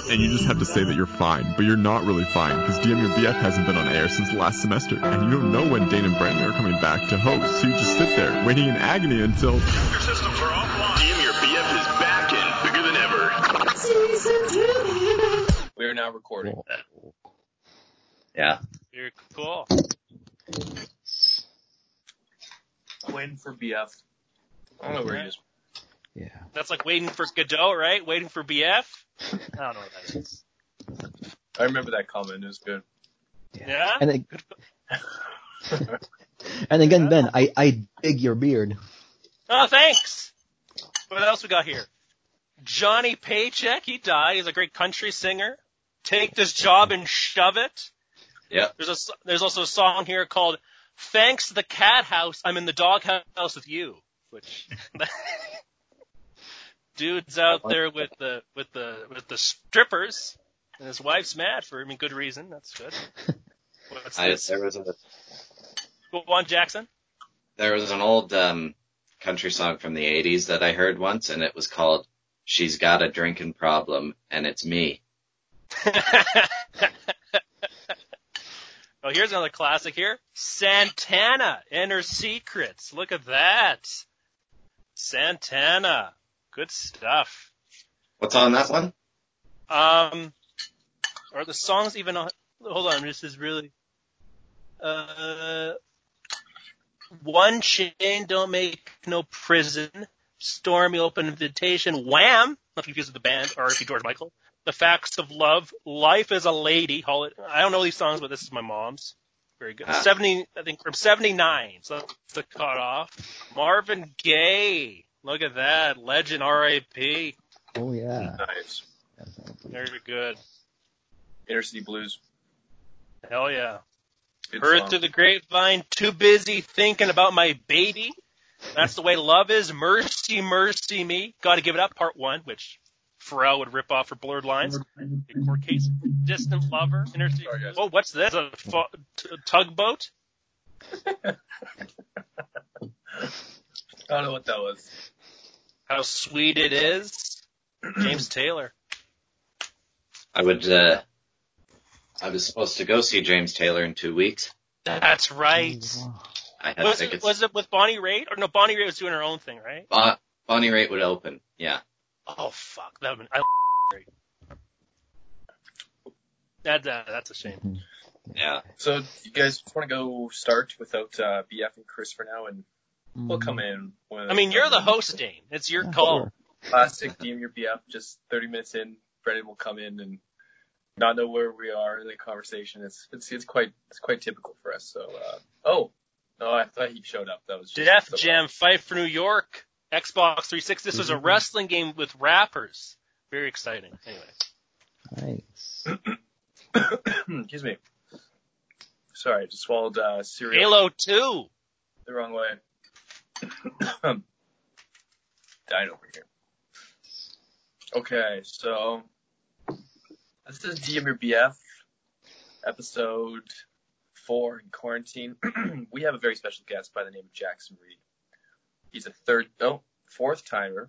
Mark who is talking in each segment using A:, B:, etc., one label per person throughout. A: to say that you're fine, but you're not really fine because DM Your BF hasn't been on air since last semester, and you don't know when Dane and Brandon are coming back to host, so you just sit there waiting in agony until.
B: Your systems are offline. DM your BF is back and bigger than ever.
C: We are now recording.
D: Yeah.
E: Very cool.
C: Waiting for BF. I don't know where he is.
D: Yeah.
E: That's like waiting for Godot, right? Waiting for BF. I don't know what that is.
C: I remember that comment. It was good.
E: Yeah.
D: And it, and again, Ben, I I dig your beard.
E: Oh, thanks. What else we got here? Johnny Paycheck. He died. He's a great country singer. Take this job and shove it.
D: Yeah.
E: There's a s there's also a song here called "Thanks to the Cat House." I'm in the dog house with you. Which dude's out there with the with the with the strippers, and his wife's mad for I mean good reason. That's good. What's
F: I,
E: this?
F: there was a
E: Go on, Jackson.
F: there was an old um, country song from the '80s that I heard once, and it was called "She's Got a Drinking Problem," and it's me.
E: oh, here's another classic here. Santana and her secrets. Look at that. Santana. Good stuff.
F: What's on that one?
E: Um, are the songs even on? Hold on, this is really. Uh, one chain don't make no prison. Stormy open invitation. Wham! Not confused with the band, or if you George Michael. The facts of love. Life is a lady. Holiday. I don't know these songs, but this is my mom's. Very good.
F: Ah.
E: Seventy, I think from seventy nine. So that's the cutoff. Marvin Gaye. Look at that legend. R.I.P.
D: Oh yeah.
C: Nice.
E: Very good.
C: Inner City Blues.
E: Hell yeah.
C: Good
E: Heard
C: song.
E: through the grapevine, too busy thinking about my baby. That's the way love is. Mercy, mercy me. Gotta give it up, part one, which Pharrell would rip off for Blurred Lines. A Court case, distant lover. Inter-
C: Sorry, guys.
E: oh, what's this? A fu- t- tugboat?
C: I don't know what that was.
E: How sweet it is. James Taylor.
F: I would. Uh, I was supposed to go see James Taylor in two weeks.
E: That's right.
F: I had
E: Was it,
F: tickets.
E: was it with Bonnie Raitt? Or no, Bonnie Raitt was doing her own thing, right?
F: Bon- Bonnie Raitt would open. Yeah.
E: Oh fuck, that would I great. That, that that's a shame.
F: Yeah.
C: So, you guys just want to go start without uh, BF and Chris for now, and we'll come
D: Mm-hmm.
C: in. When
E: I mean, you're the host, Dane. It's your call.
D: Sure.
C: Classic DM your BF. Just 30 minutes in, Brendan will come in and not know where we are in the conversation. It's it's, it's quite it's quite typical for us. So, uh, oh, no, I thought he showed up. That was just
E: Def
C: so-
E: Jam, Fight for New York, Xbox 360. This was a wrestling game with rappers. Very exciting. Anyway,
D: Nice.
C: Excuse me. Sorry, I just swallowed uh, cereal
E: Halo 2.
C: the wrong way. Died over here. Okay, so this is DM your BF episode four in quarantine. we have a very special guest by the name of Jackson Reed. He's a third, no, fourth timer,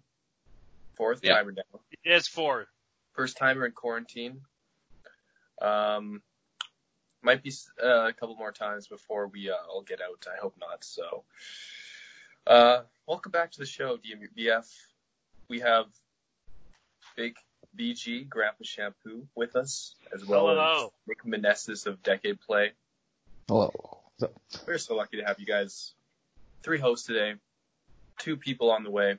C: fourth
F: Yeah.
C: timer now
E: It is for
C: first timer in quarantine. Um, might be uh, a couple more times before we uh, all get out. I hope not. So, uh, welcome back to the show, DMBF. We have Big BG Grandpa Shampoo with us, as well as
E: Hello.
C: Nick Meneses of Decade Play.
D: Hello. So,
C: We're so lucky to have you guys. Three hosts today, two people on the way.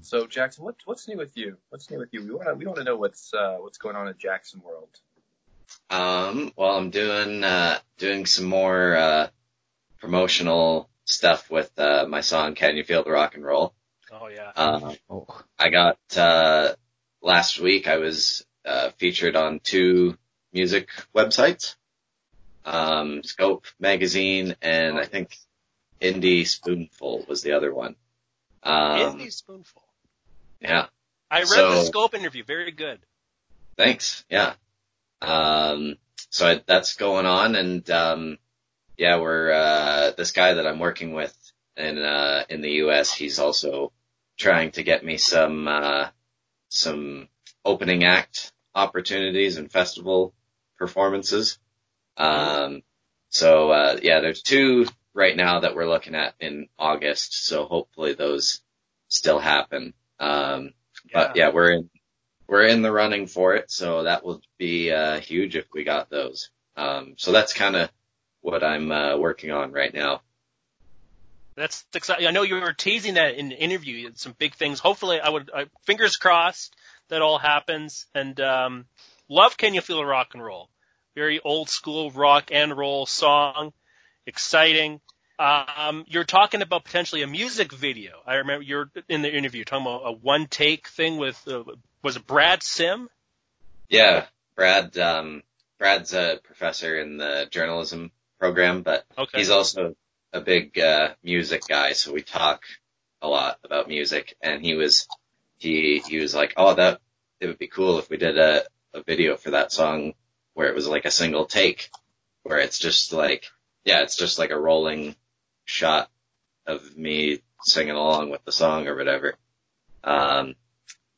C: So Jackson, what, what's new with you? What's new with you? We want to we want to know what's uh, what's going on in Jackson world.
F: Um. Well, I'm doing uh, doing some more uh, promotional stuff with uh, my song "Can You Feel the Rock and Roll."
E: Oh, yeah.
F: Um,
D: oh,
F: I got uh, last week. I was uh, featured on two music websites, um, Scope Magazine, and I think Indie Spoonful was the other one. Um,
E: Indie Spoonful.
F: yeah,
E: I read the
F: so-
E: Scope interview. Very good.
F: thanks. Yeah. Um, so I, that's going on, and um, yeah, we're uh, this guy that I'm working with in uh, in the U.S. He's also trying to get me some uh, some opening act opportunities and festival performances. Um, so uh, yeah, there's two right now that we're looking at in August. So hopefully those still happen. Um, but yeah, we're in we're in the running for it. So that will be uh, huge if we got those. Um, so that's kind of what I'm uh, working on right now.
E: That's exciting. I know you were teasing that in the interview. You had some big things. Hopefully, I would. I, fingers crossed that all happens. And um, love can you feel rock and roll? Very old school rock and roll song. Exciting. Um, you're talking about potentially a music video. I remember you're in the interview talking about a one take thing with uh, was it Brad Sim?
F: Yeah, Brad. Um, Brad's a professor in the journalism program, but
E: Okay.
F: he's also a big uh, music guy, so we talk a lot about music. And he was he he was like, "Oh, that it would be cool if we did a a video for that song where it was like a single take, where it's just like yeah, it's just like a rolling shot of me singing along with the song or whatever." Um,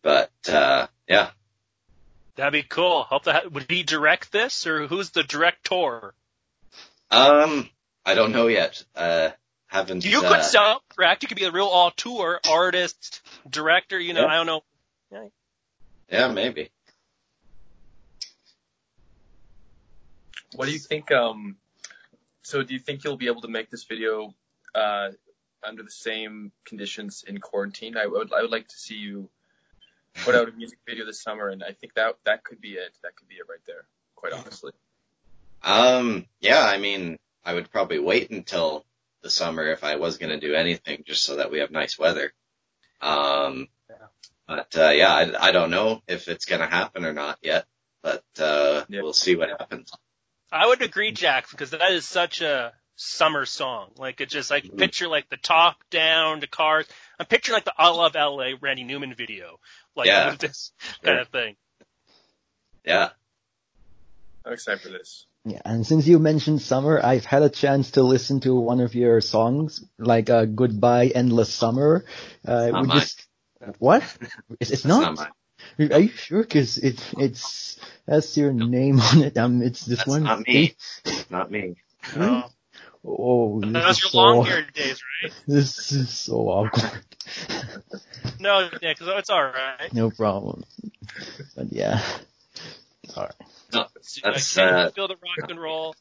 F: but uh, yeah,
E: That'd be cool. Hope that would he direct this or who's the director?
F: um, I don't know yet. Uh, haven't
E: You
F: uh,
E: could sound correct. You could be a real auteur, artist, director. You know,
F: Yeah.
E: I don't know.
F: yeah, maybe.
G: What do you think? Um, so do you think you'll be able to make this video uh, under the same conditions in quarantine? I would, I would like to see you put out a music video this summer, and I think that that could be it. That could be it right there. Quite honestly.
F: Um, yeah, I mean, I would probably wait until the summer if I was going to do anything, just so that we have nice weather. Um, but uh, yeah, I, I don't know if it's going to happen or not yet, but uh,
G: Yeah.
F: we'll see what happens.
E: I would agree, Jack, because that is such a summer song. Like it just like
D: Mm-hmm.
F: Mhm.
E: picture like the top down, the cars. I'm picturing like the I Love LA Randy Newman video, like
F: Yeah.
E: with this kind of thing.
F: Yeah,
G: I'm excited for this.
D: Yeah, and since you mentioned summer, I've had a chance to listen to one of your songs, like uh, "Goodbye Endless Summer." Uh,
F: not
D: would you
F: mine.
D: s- what? It's, it's
F: it's
D: not.
F: not mine.
D: Are you sure? Because it, it's that's your name on it. Um, it's this
F: That's
D: one.
F: not me. It's not me.
E: Oh.
D: Oh, Mm-hmm. this
E: That was
D: is
E: your
D: so
E: long hair days, right?
D: this is so awkward.
E: No, Nick, it's all right.
D: no problem. But yeah, sorry.
F: That's,
E: I can
F: uh,
E: feel the rock and roll.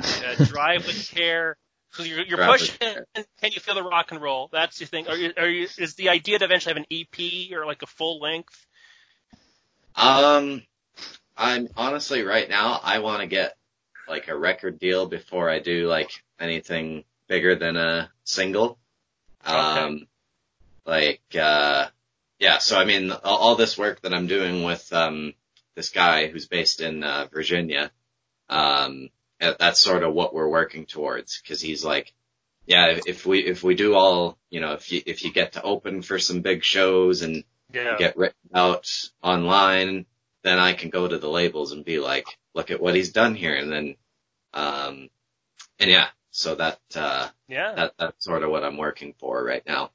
E: Uh, drive with care. So you're, you're
F: Drive
E: pushing.
F: with care.
E: Can you feel the rock and roll? That's your thing. Are you, are you, is the idea to eventually have an EP or like a full length?
F: Um, I'm honestly right now, I want to get like a record deal before I do like anything bigger than a single. Um, like, uh, yeah, so I mean, all, all this work that I'm doing with, um, this guy who's based in, uh, Virginia, um, that- that's sort of what we're working towards. Cause he's like, yeah, if we, if we do all, you know, if you, if you get to open for some big shows and
E: Yeah.
F: get written out online, then I can go to the labels and be like, look at what he's done here. And then, um, and yeah, so that, uh,
E: Yeah.
F: that, that's sort of what I'm working for right now.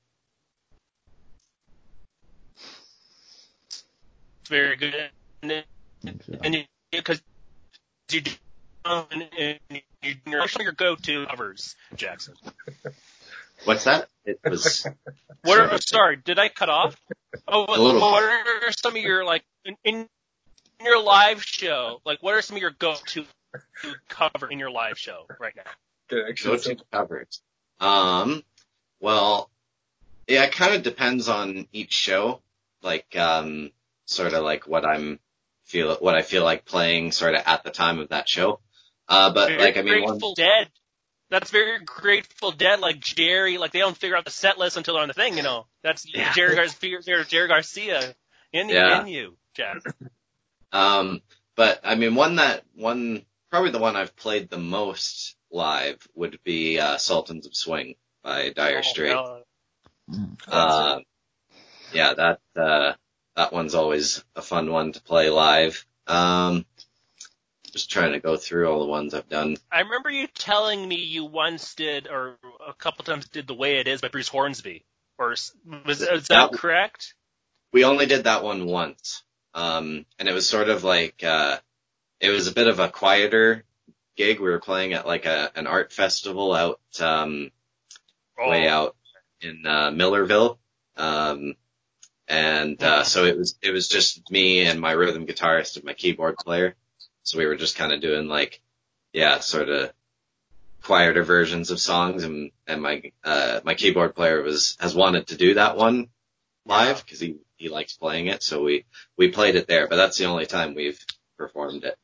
E: It's very good. And, and because you, do and, and you, you're actually your go-to covers, Jackson.
F: What's that? It was,
E: What
F: Sure.
E: are, sorry, did I cut off? Oh, what,
F: little.
E: what are some of your like in, in your live show? Like, what are some of your go-to cover in your live show right now?
G: Good.
F: go
G: Actually,
F: to covers. Um, well, yeah, it kind of depends on each show, like, um, sort of like what I'm feel, what I feel like playing sort of at the time of that show. Uh, but
E: Very
F: like, I mean, one,
E: Grateful Dead. That's very Grateful Dead. Like Jerry, like they don't figure out the set list until they're on the thing. You know, that's
F: Yeah.
E: Jerry, Gar- Jerry Garcia in,
F: Yeah.
E: in you, Jack.
F: Um, but I mean, one that one probably the one I've played the most live would be uh, Sultans of Swing by Dire Straits.
E: Oh,
F: Uh, yeah, that uh, that one's always a fun one to play live. Um, just trying to go through all the ones I've done.
E: I remember you telling me you once did, or a couple times did, "The Way It Is" by Bruce Hornsby. Or s- was is that
F: That-
E: correct?
F: We only did that one once. Um, and it was sort of like, uh, it was a bit of a quieter gig. We were playing at like a, an art festival out, um,
E: Oh,
F: way out in, uh, Millerville. Um, and, uh,
E: Hmm.
F: so it was, it was just me and my rhythm guitarist and my keyboard player. So we were just kind of doing like, yeah, sort of quieter versions of songs and, and my, uh, my keyboard player was, has wanted to do that one live because he, he likes playing it. So we, we played it there, but that's the only time we've performed it.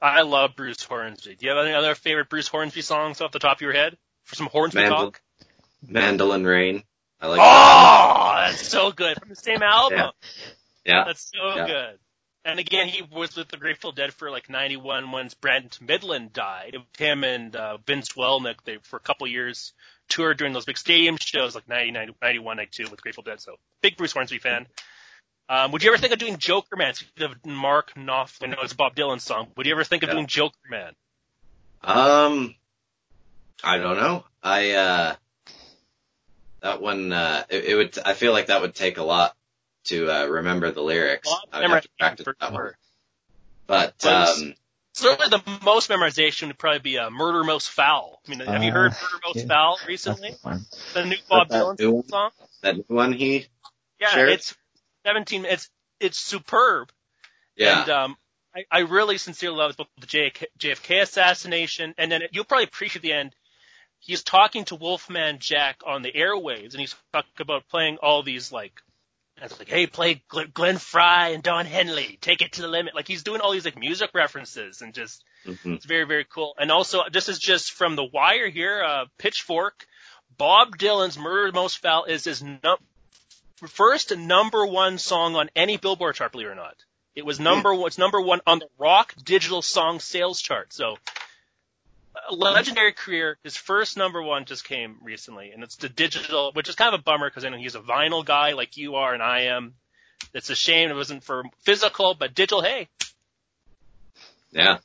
E: I love Bruce Hornsby. Do you have any other favorite Bruce Hornsby songs off the top of your head? For some Hornsby
F: Mandel-
E: talk?
F: Mandolin Rain. I like that.
E: Oh, that's so good. From the same album.
F: one. Yeah.
E: That's so
F: Yeah.
E: good. And again, he was with the Grateful Dead for like 91 once Brent Midland died. It was him and uh, Vince Welnick, they, for a couple years, toured during those big stadium shows like 90, 90, 91, 92 with Grateful Dead. So big Bruce Hornsby fan. Um, would you ever think of doing Joker Man? Speaking of Mark Knopfler, I know it's a Bob Dylan song. Would you ever think of
F: Yeah.
E: doing Joker Man?
F: Um, I don't know. I, uh, that one, uh, it, it would, I feel like that would take a lot to, uh, remember the lyrics.
E: Well,
F: I would have to practice that one. But,
E: Well,
F: um,
E: Certainly the most memorization would probably be uh, Murder Most Foul. I mean, have you
D: Uh,
E: heard Murder Most
D: yeah.
E: Foul
D: That's
E: recently?
D: fun.
E: The new Bob
F: that
E: Dylan
F: new one?
E: song?
F: that new one he,
E: Yeah,
F: Sure.
E: it's 17. It's it's superb.
F: yeah,
E: And um, I, I really sincerely love both the JFK, JFK assassination, and then you'll probably appreciate the end. He's talking to Wolfman Jack on the airwaves, and he's talking about playing all these like, and it's like, hey, play Glenn, Glenn Fry and Don Henley, take it to the limit. Like he's doing all these like music references, and just
F: mhm.
E: it's very very cool. And also, this is just from the wire here, uh, Pitchfork. Bob Dylan's "Murder Most Foul" is his num- first number one song on any Billboard chart, believe it or not. It was number one. It's number one on the rock digital song sales chart. So, a legendary career. His first number one just came recently, and it's the digital, which is kind of a bummer because I know he's a vinyl guy like you are and I am. It's a shame it wasn't for physical, but digital. Hey,
F: yeah.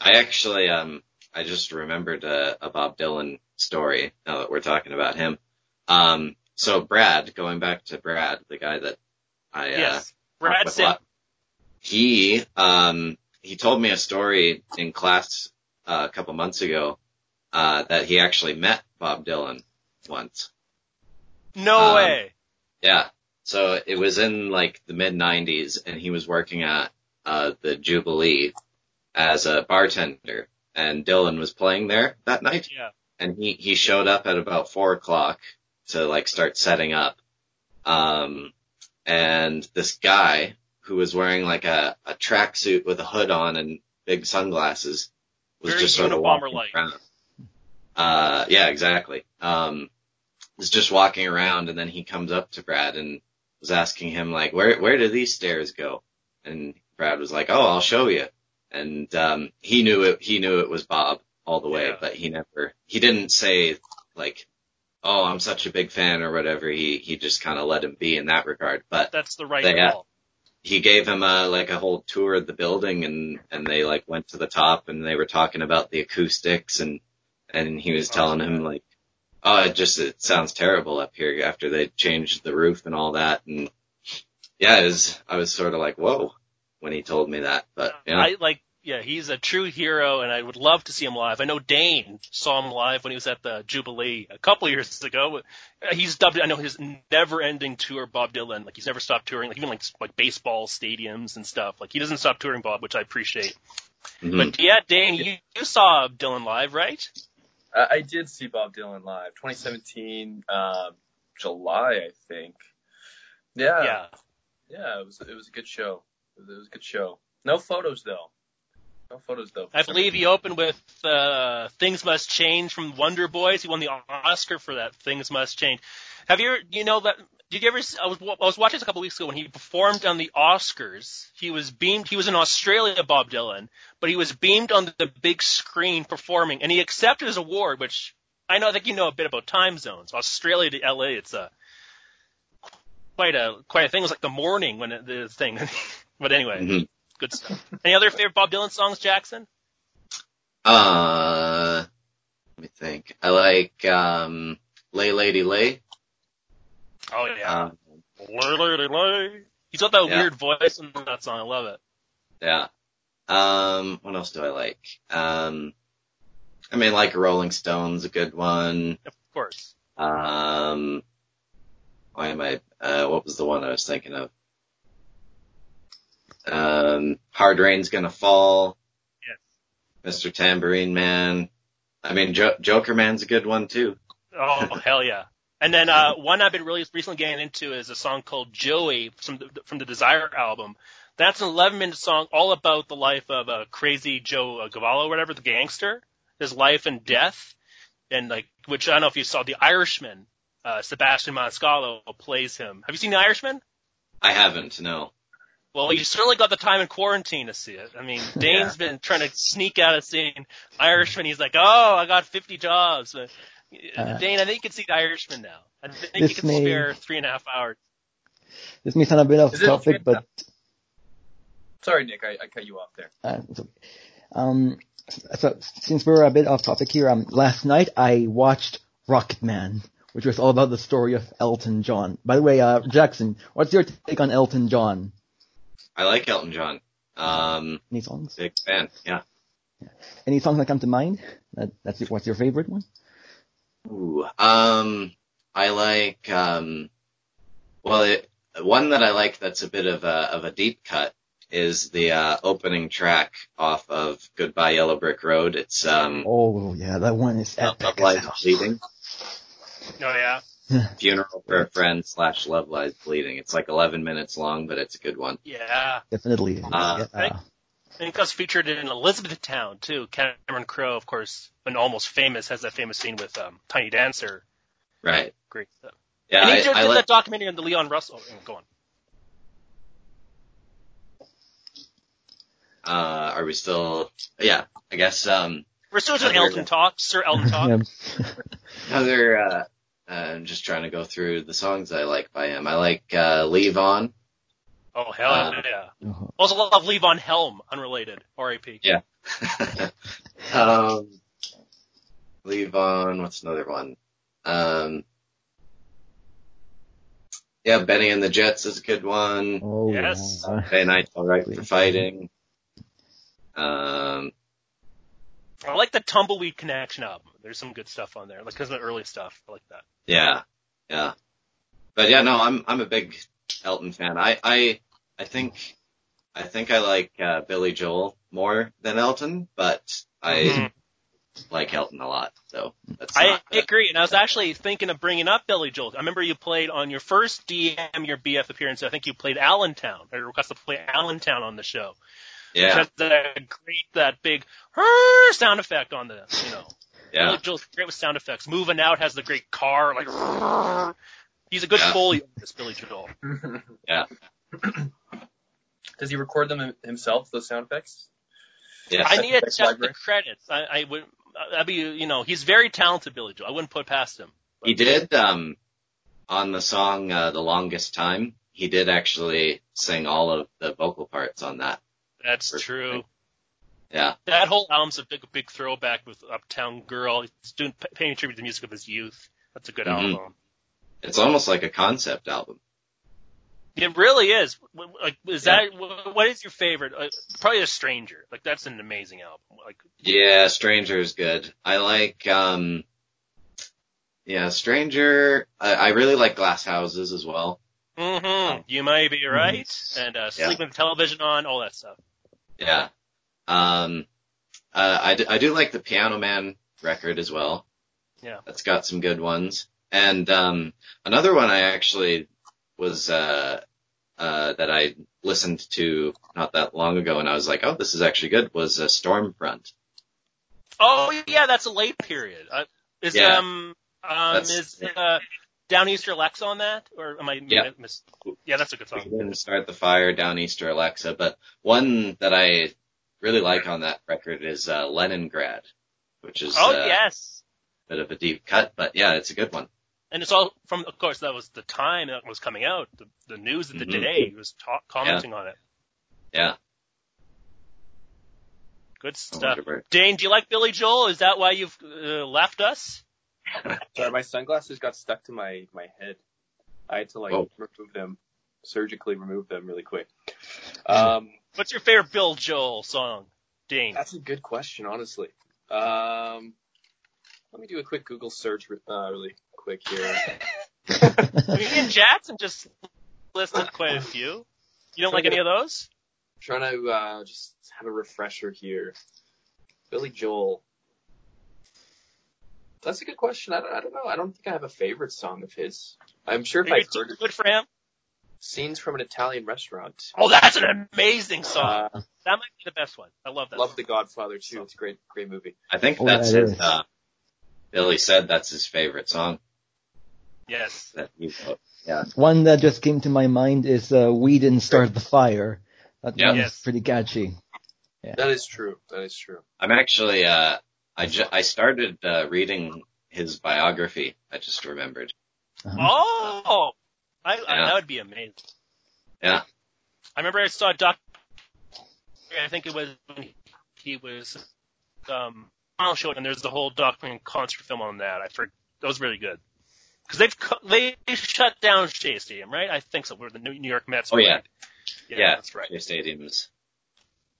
F: I actually, um, I just remembered a, a Bob Dylan story now that we're talking about him. Um, so Brad, going back to Brad, the guy that I, uh,
E: yes, Brad
F: with
E: Sitt.
F: Lot. He um he told me a story in class uh, a couple months ago uh, that he actually met Bob Dylan once.
E: No
F: Um,
E: way.
F: Yeah. So it was in like the mid '90s, and he was working at uh, the Jubilee as a bartender, and Dylan was playing there that night
E: Yeah.
F: and he he showed up at about four o'clock to like start setting up. Um, and this guy who was wearing like a a tracksuit with a hood on and big sunglasses was
E: Very
F: just sort of walking
E: Unabomber-like.
F: around. Uh, yeah, exactly. Um, was just walking around, and then he comes up to Brad and was asking him like, "Where where do these stairs go?" And Brad was like, "Oh, I'll show you." And um, he knew it. He knew it was Bob all the way,
E: Yeah.
F: but he never. He didn't say like, "Oh, I'm such a big fan" or whatever. He he just kind of let him be in that regard. But
E: That's the right
F: they had-
E: call.
F: he gave him a like a whole tour of the building, and and they like went to the top, and they were talking about the acoustics, and and he was telling him like, "Oh, it just it sounds terrible up here after they changed the roof and all that." And yeah, it was, I was sort of like, "Whoa." When he told me that, but Uh, yeah,
E: I like yeah, he's a true hero and I would love to see him live. I know Dane saw him live when he was at the Jubilee a couple years ago. Uh, He's dubbed I know his never ending tour Bob Dylan, like he's never stopped touring, like even like s- like baseball stadiums and stuff. Like he doesn't stop touring Bob, which I appreciate.
F: mhm.
E: But yeah, Dane, you, you saw Dylan live, right?
G: I, I did see Bob Dylan live, 2017, um, July, I think. Yeah, yeah,
E: yeah.
G: it was it was a good show. It was, it was a good show. No photos though. No photos though.
E: I believe he opened with uh, "Things Must Change" from Wonder Boys. He won the Oscar for that. "Things Must Change." Have you, you know that? Did you ever? s- I was wa- I was watching this a couple weeks ago when he performed on the Oscars. He was beamed. He was in Australia, Bob Dylan, but he was beamed on the big screen performing, and he accepted his award, which I know. I think you know a bit about time zones. Australia to LA, it's a quite a quite a thing. It was like the morning when it, the thing. but anyway,
F: Mhm.
E: good stuff. Any other favorite Bob Dylan songs, Jackson?
F: Uh, let me think. I like um, Lay Lady Lay.
E: Oh yeah.
F: Um,
E: Lay, lay, lay, lay. He's got that
F: Yeah.
E: weird voice in that song. I love it.
F: Yeah. Um, what else do I like? Um, I mean, like Rolling Stones, a good one.
E: Of course.
F: Um, why am I? Uh, what was the one I was thinking of? Um, Hard Rain's Gonna Fall.
E: Yes.
F: Mr. Tambourine Man. I mean, jo- Joker Man's a good one too.
E: Oh hell yeah! And then uh, one I've been really recently getting into is a song called Joey from the, from the Desire album. That's an 11 minute song all about the life of uh, crazy Joe uh, Cavallo, or whatever the gangster, his life and death, and like which I don't know if you saw The Irishman. Uh, Sebastian Maniscalco plays him. Have you seen The Irishman?
F: I haven't, no.
E: Well, you certainly got the time in quarantine to see it. I mean, Dane's been trying to sneak out of seeing Irishman. He's like, oh, I got 50 jobs. Uh, Dane, I think you can see the Irishman now. I think you
D: this
E: can
D: may-
E: spare three and a half hours.
D: This may sound a bit off
G: Is it-
D: topic, but
G: Sorry, Nick, I, I cut you off there.
D: Uh, it's okay. Um, so since we're a bit off topic here, um, last night I watched Rocketman, which was all about the story of Elton John. By the way, uh, Jackson, what's your take on Elton John?
F: I like Elton John. Um,
D: Any songs?
F: big fan, yeah.
D: Any songs that come to mind? That, that's it. What's your favorite one?
F: Ooh, um, I like, um, well, it, one that I like that's a bit of a, of a deep cut is the, uh, opening track off of Goodbye Yellow Brick Road. It's, um,
D: Oh yeah, that one is
F: Love
D: epic. as
F: Lies
D: hell.
F: Bleeding,
E: Oh, yeah.
F: Funeral for a Friend slash Love Lies Bleeding. It's like 11 minutes long, but it's a good one.
E: Yeah.
D: Definitely. it is,
F: Uh,
E: right.
D: yeah.
E: I think that's featured in Elizabethtown, too. Cameron Crowe, of course, an almost famous, has that famous scene with um, Tiny Dancer.
F: Right.
E: Great stuff.
F: Yeah.
E: and he
F: I-
E: did
F: I
E: did
F: like-
E: that documentary on the Leon Russell. oh, Go on.
F: uh, are we still, yeah, I guess, um,
E: We're still doing
F: Yeah,
E: Elton
F: yeah.
E: Talk, Sir Elton Talk.
F: another, uh, uh, I'm just trying to go through the songs I like by him. I like, uh, Leave On.
E: Oh, hell
F: Uh,
E: yeah.
D: Yeah.
E: Also love Levon Helm, unrelated, R.A.P.
F: Yeah. um, leave on. What's another one? Um, yeah, Benny and the Jets is a good one.
D: Oh
E: Yes.
D: yeah.
F: Day night's all right for fighting. Um,
E: I like the Tumbleweed Connection album. There's some good stuff on there, like 'cause of the early stuff. I like that.
F: yeah, yeah. But yeah, no, I'm I'm a big Elton fan. I I I think I think I like uh, Billy Joel more than Elton, but I like Elton a lot. So that's
E: I
F: not-
E: agree, and I was actually thinking of bringing up Billy Joel. I remember you played on your first DM, your BF appearance. I think you played Allentown. I requested to play Allentown on the show.
F: yeah.
E: Just that great, that big "Rrrr" sound effect on the, you know.
F: Yeah.
E: Billy Joel's great with sound effects. Moving out has the great car, like. "Rrrr." He's a good
F: Yeah.
E: foley artist, Billy Joel.
G: Does he record them him- himself, those sound effects?
F: Yes.
E: I need to
G: Thanks,
E: check the
G: library.
E: credits. I, I would. I'd be, you know, he's very talented, Billy Joel. I wouldn't put past him.
F: He did um on the song uh, "The Longest Time." He did actually sing all of the vocal parts on that.
E: That's
F: Perfect.
E: true.
F: Yeah,
E: That whole album's a big, big throwback with Uptown Girl. He's doing p- paying tribute to the music of his youth. That's a good
F: Mhm.
E: album.
F: it's almost like a concept album.
E: It really is. W- w- Like, is that wh- what is your favorite? Uh, probably A Stranger. Like, that's an amazing album. Like,
F: Yeah, "Stranger" is good. I like um yeah, "Stranger." I, I really like "Glass Houses" as well.
E: mm-hmm, you may be right. And uh,
F: Yeah.
E: sleeping with the television on, all that stuff.
F: Yeah, um, uh, I do, I do like the Piano Man record as well.
E: Yeah.
F: that's got some good ones. And um, another one I actually was uh, uh, that I listened to not that long ago, and I was like, "Oh, this is actually good." Was uh, Stormfront?
E: Oh yeah, that's a late period. Uh, is
F: Yeah.
E: um um
F: That's-
E: is uh, Down Easter Lex on that, or am I
F: Yeah.
E: mis- yeah, that's a good
F: We
E: song.
F: didn't start the fire, down Easter Alexa, but one that I really like on that record is uh, Leningrad, which is
E: Oh
F: uh,
E: yes,
F: a bit of a deep cut, but yeah, it's a good one.
E: and it's all from of course that was the time that was coming out the, the news of the
F: Mhm.
E: day was ta- commenting on it
F: Yeah,
E: good
F: I
E: stuff
F: wonder where-
E: dane do you like billy joel is that why you've uh, left us
G: Sorry, my sunglasses got stuck to my, my head. I had to like
F: Oh.
G: remove them. surgically remove them really quick. Um,
E: What's your favorite Bill Joel song, Dane?
G: that's a good question, honestly. Um, let me do a quick Google search re- uh, really quick here.
E: I mean, and Jackson just listed quite a few. You don't like any of those?
G: trying to uh, just have a refresher here. Billy Joel. That's a good question. I don't, I don't know. I don't think I have a favorite song of his. I'm sure if
E: Are you
G: I've
E: too
G: heard it.
E: good for him?
G: Scenes from an Italian Restaurant.
E: Oh, that's an amazing
G: Uh,
E: song. that might be the best one. I love that.
G: love
E: song.
G: The Godfather too. It's a great, great movie.
F: I think
D: Oh,
F: that's
D: yeah, it
F: his.
D: is.
F: Uh, Billy said that's his favorite song
E: Yes.
F: that he wrote.
D: One that just came to my mind is uh, "We Didn't Start the Fire." That
F: Yeah.
D: one's
E: Yes.
D: pretty catchy.
G: That is true. That is true.
F: I'm actually. Uh, I ju- I started uh, reading his biography. I just remembered.
E: Oh, I, I,
F: Yeah.
E: that would be amazing.
F: Yeah.
E: I remember I saw a doc. I think it was when he was um final show, and there's the whole documentary concert film on that. I forgot. That was really good. Because they've cu- they shut down Shea Stadium, right? I think so. Where the New New York Mets.
F: Oh,
E: played.
F: yeah.
E: yeah,
F: Yeah.
E: that's right.
F: Your stadium's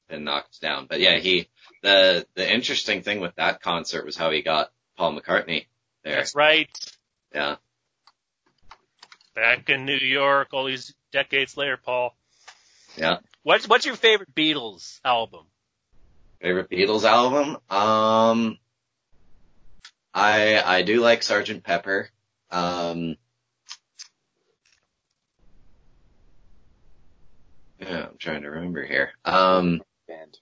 F: been knocked down, but yeah, he. The the interesting thing with that concert was how he got Paul McCartney there.
E: That's right.
F: Yeah.
E: Back in New York, all these decades later, Paul.
F: Yeah.
E: What's what's your favorite Beatles album?
F: Favorite Beatles album? Um, I I do like Sgt. Pepper. Um, yeah, I'm trying to remember here. Um,
G: Band.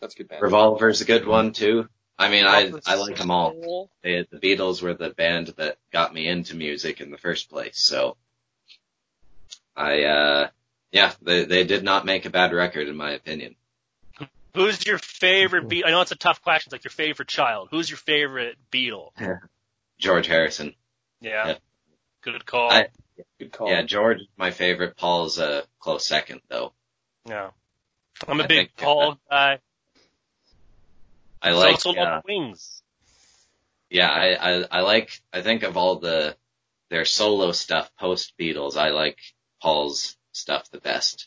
G: That's a good band.
F: Revolver's a good one too. I mean, I
E: Love the
F: I like them all.
E: Soul.
F: They, the Beatles were the band that got me into music in the first place, so I uh yeah, they they did not make a bad record in my opinion.
E: Who's your favorite Beatle? I know it's a tough question. It's like your favorite child. Who's your favorite Beatle?
F: George Harrison.
E: Yeah.
F: Yeah.
E: Good call.
F: I-
G: Good call.
F: Yeah, George is my favorite. Paul's a close second, though.
E: yeah. I'm a
F: I
E: big
F: think, uh,
E: Paul guy.
F: I like,
E: also
F: uh,
E: love Wings.
F: yeah, I, I, I like, I think of all the their solo stuff post Beatles, I like Paul's stuff the best.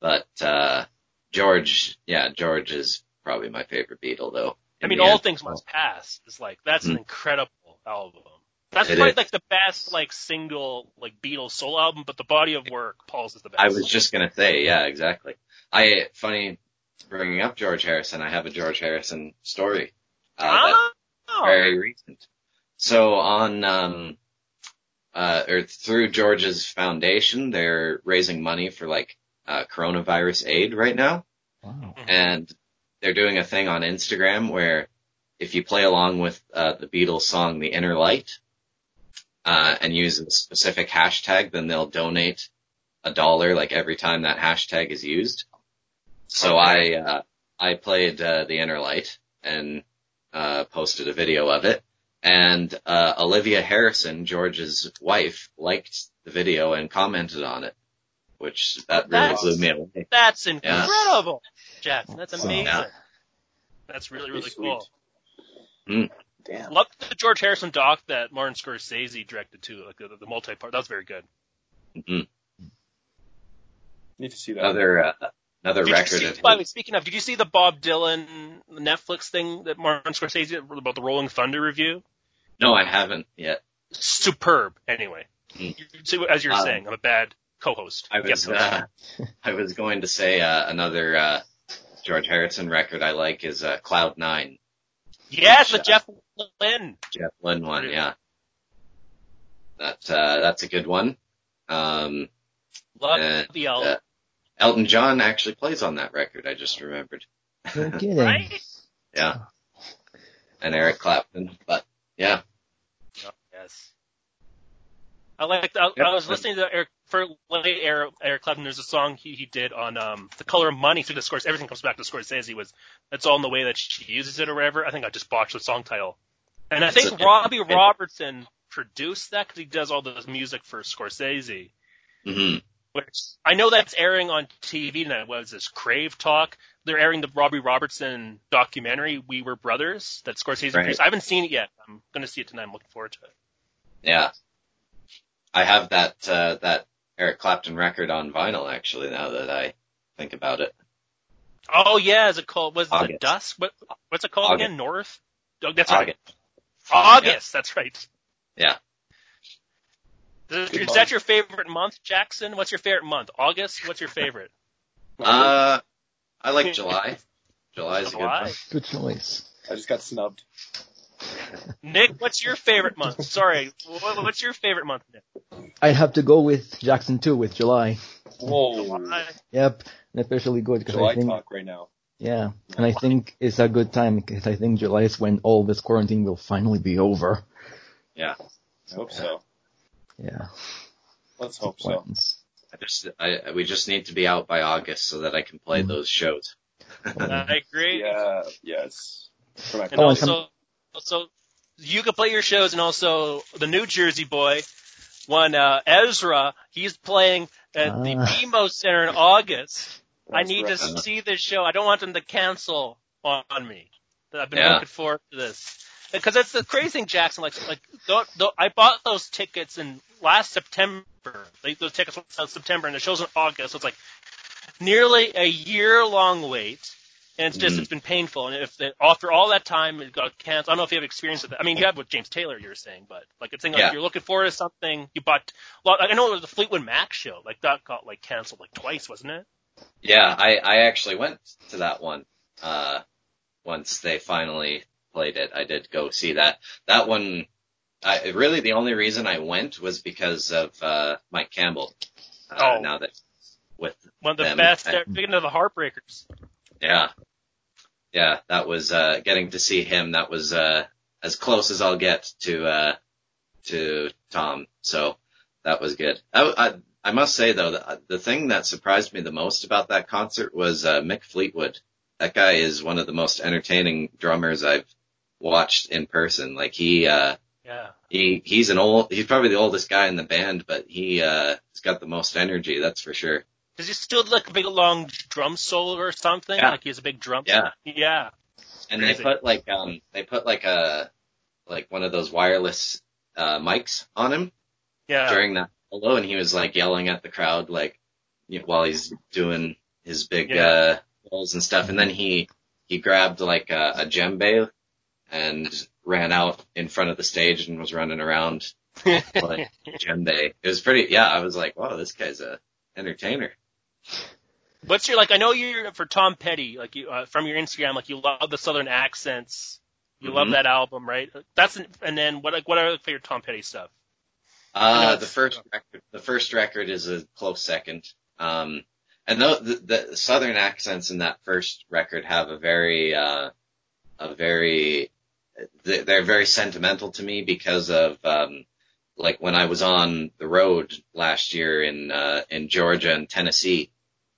F: But uh, George, yeah, George is probably my favorite Beatle, though.
E: I
F: in
E: mean,
F: the
E: All
F: end.
E: Things Must Pass is like that's an
F: Mm.
E: incredible album. That's
F: It
E: probably
F: is.
E: like the best like single like Beatles solo album, but the body of work Paul's is the best.
F: I was just gonna say, yeah, exactly. I funny bringing up George Harrison. I have a George Harrison story. Uh, that
E: oh,
F: very recent. So on, um, uh, or through George's foundation, they're raising money for like, uh, coronavirus aid right now.
D: Wow.
F: And they're doing a thing on Instagram where if you play along with, uh, the Beatles song, The Inner Light, uh, and use a specific hashtag, then they'll donate a dollar like every time that hashtag is used. So I, uh, I played, uh, The Inner Light and uh, posted a video of it. And uh, Olivia Harrison, George's wife, liked the video and commented on it, which that really
E: That's-
F: blew me away.
E: that's incredible, Jackson. That's
D: Wow.
E: amazing.
F: Yeah.
E: That's really
G: Pretty
E: really
G: sweet.
E: cool.
G: Damn.
E: Love the George Harrison doc that Martin Scorsese directed too, like the, the multi-part. That was very good.
G: Need to see that.
E: Oh,
F: Another uh, another
E: Did you
F: record
E: see-
F: of
E: by the way,
F: his.
E: speaking of, did you see the Bob Dylan Netflix thing that Martin Scorsese did about the Rolling Thunder review?
F: No, I haven't yet.
E: Superb. Anyway,
F: Hmm.
E: You- so as you're
F: Um,
E: saying, I'm a bad co-host.
F: I was
E: Guest host.
F: uh, I was going to say uh, another uh, George Harrison record I like is uh, Cloud Nine,
E: yes, with
F: uh,
E: Jeff Lynne.
F: Jeff Lynne one.
E: Really?
F: Yeah, that uh, that's a good one. Um,
E: Love
F: uh,
E: the album.
F: uh, Elton John actually plays on that record. I just remembered.
D: No kidding.
F: uh,
E: Right?
F: Yeah. And Eric Clapton. But yeah,
E: Oh, Yes. I like. I,
F: Yep.
E: I was listening to Eric for late Eric, Eric Clapton. There's a song he, he did on um the color of money through the scores. Everything comes back to Scorsese was it's all in the way that she uses it or whatever. I think I just botched the song title. And I
F: It's
E: think
F: okay.
E: Robbie
F: Okay.
E: Robertson produced that because he does all this music for Scorsese.
F: hmm
E: Which I know that's airing on TV tonight. What is this? Crave Talk. They're airing the Robbie Robertson documentary "We Were Brothers" that Scorsese
F: Right.
E: produced. I haven't seen it yet. I'm gonna see it tonight. I'm looking forward to it.
F: yeah. I have that, uh, that Eric Clapton record on vinyl, actually, now that I think about it.
E: Oh yeah, is it called? Was it
F: August.
E: Dusk? What what's it called
F: August.
E: again? North. Oh, that's right.
F: August.
E: August. That's right.
F: Yeah.
E: Is,
F: Good
E: is
F: month.
E: that your favorite month, Jackson? What's your favorite month? August. What's your favorite?
F: Uh, I like July. July's a good
E: July.
F: one.
D: Good choice.
C: I just got snubbed.
E: Nick, what's your favorite month? Sorry, what, what's your favorite month, Nick?
D: I'd have to go with Jackson too with July.
C: Whoa.
E: July.
D: Yep, and especially good because
C: July
D: I think
C: talk right now.
D: yeah, and I think it's a good time because I think July is when all this quarantine will finally be over.
C: I hope so.
D: Yeah,
C: Let's hope so.
F: I just, I, we just need to be out by August so that I can play
E: Mm-hmm.
D: Mhm.
F: those shows.
E: I agree.
C: Yeah. Yes. For my
E: And
D: Oh, and
E: also, also, you can play your shows, and also the New Jersey boy, one uh, Ezra, he's playing at
D: Ah.
E: the BMO Center in August. I
C: That's
E: need
C: right.
E: to see this show. I don't want them to cancel on, on me. I've been
F: Yeah.
E: looking forward to this because that's the crazy thing, Jackson. Like, like tho- tho- I bought those tickets in last September. Like, those tickets were in September, and the show's in August. So it's like nearly a year long wait, and it's just
F: Mhm.
E: it's been painful. And if they, after all that time it got canceled, I don't know if you have experience with that. I mean, you have with James Taylor, you were saying, but like it's thing like
F: Yeah.
E: you're looking forward to something, you bought. Well, I know it was the Fleetwood Mac show, like that got like canceled like twice, wasn't it?
F: Yeah, I, I actually went to that one. Uh, once they finally played it, I did go see that. That one, I, really the only reason I went was because of, uh, Mike Campbell. Uh,
E: Oh.
F: now that with,
E: One of the
F: Them,
E: best.
F: I-
E: Speaking of the Heartbreakers,
F: yeah, yeah, that was, uh, getting to see him. That was, uh, as close as I'll get to, uh, to Tom. So that was good. I, I, I must say though, the, the thing that surprised me the most about that concert was, uh, Mick Fleetwood. that guy is one of the most entertaining drummers I've watched in person. Like he, uh,
E: yeah.
F: he, he's an old, he's probably the oldest guy in the band, but he, uh, he's got the most energy. That's for sure.
E: Does he still look a big long drum solo or something?
F: Yeah.
E: Like he has a big drum.
F: Yeah.
E: Yeah.
F: And
E: Crazy.
F: they put like, um, they put like a, like one of those wireless, uh, mics on him
E: Yeah.
F: during that solo and he was like yelling at the crowd, like, you know, while he's doing his big,
E: Yeah.
F: uh, goals and stuff. And then he, he grabbed like a, a djembe and ran out in front of the stage and was running around like Jembe. It was pretty. Yeah, I was like, wow, this guy's a entertainer.
E: What's your like? I know you're for Tom Petty, like you uh, from your Instagram, like you love the Southern accents. You love
F: Mhm.
E: that album, right? That's an, and then what? Like, what are your Tom Petty stuff?
F: Uh,
E: Yeah.
F: the first record, the first record is a close second. Um, and tho- the, the southern accents in that first record have a very, uh, a very, th- they're very sentimental to me because of, um, like when I was on the road last year in, uh, in Georgia and Tennessee,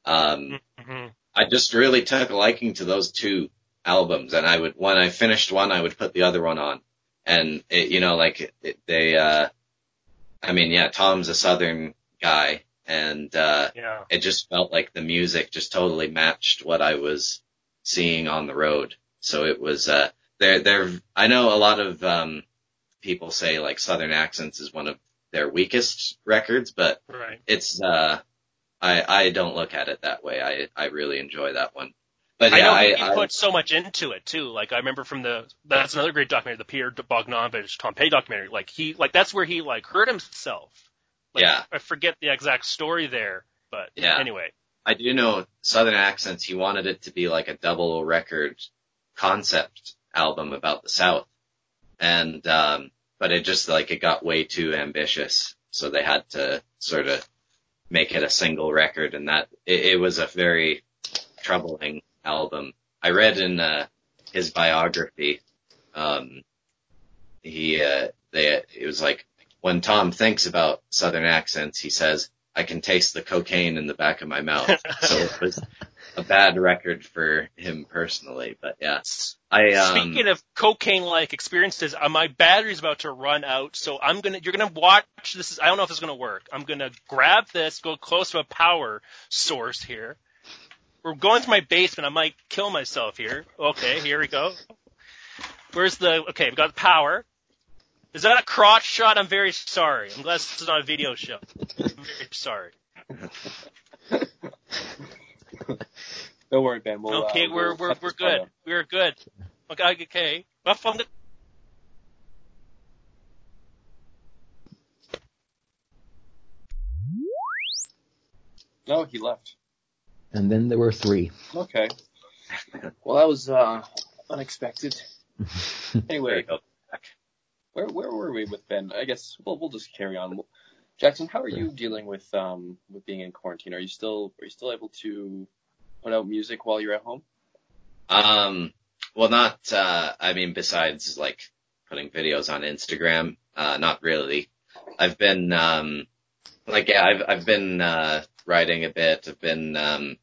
F: um,
E: Mm-hmm.
F: I just really took a liking to those two albums, and I would when I finished one, I would put the other one on, and it, you know, like it, they, uh, I mean, yeah, Tom's a Southern guy, and uh,
E: Yeah.
F: it just felt like the music just totally matched what I was seeing on the road. So it was, uh, they're, they're, I know a lot of, um, people say like Southern accents is one of their weakest records, but
E: Right.
F: it's uh I I don't look at it that way. I I really enjoy that one. But
E: I
F: yeah,
E: know
F: I,
E: he
F: I-
E: put so much into it too. Like I remember from the that's another great documentary, the Peter Bogdanovich Tom Petty documentary. Like he like that's where he like hurt himself. Like,
F: Yeah.
E: I forget the exact story there, but
F: Yeah.
E: Anyway.
F: I do know Southern Accents, he wanted it to be like a double record concept album about the South. And um but it just like it got way too ambitious. So they had to sort of make it a single record and that it, it was a very troubling album. I read in uh his biography um he uh they it was like when Tom thinks about Southern accents, he says, I can taste the cocaine in the back of my mouth. so it was a bad record for him personally, but yeah. I, um,
E: Speaking of cocaine-like experiences, uh, my battery's about to run out, so I'm gonna. You're gonna watch this. Is, I don't know if it's gonna work. I'm gonna grab this, go close to a power source here. We're going to my basement. I might kill myself here. Okay, here we go. Where's the? Okay, we got the power. Is that a crotch shot? I'm very sorry. I'm glad this is not a video show. I'm very sorry.
C: Don't worry, Ben. We'll,
E: Okay,
C: uh,
E: we're we're we're
C: we'll cut this part
E: good.
C: out.
E: We're good. Okay, okay. Well, from the-
C: No, he left.
D: And then there were three.
C: Okay. Well, that was uh, unexpected.
F: There you
C: Anyway,
F: go.
C: where where were we with Ben? I guess we'll we'll just carry on. Jackson, how are you dealing with um with being in quarantine? Are you still are you still able to put out music while you're at home?
F: Um, well, not, uh, I mean, besides like putting videos on Instagram, uh, not really. I've been, um, like, yeah, I've, I've been, uh, writing a bit. I've been, um,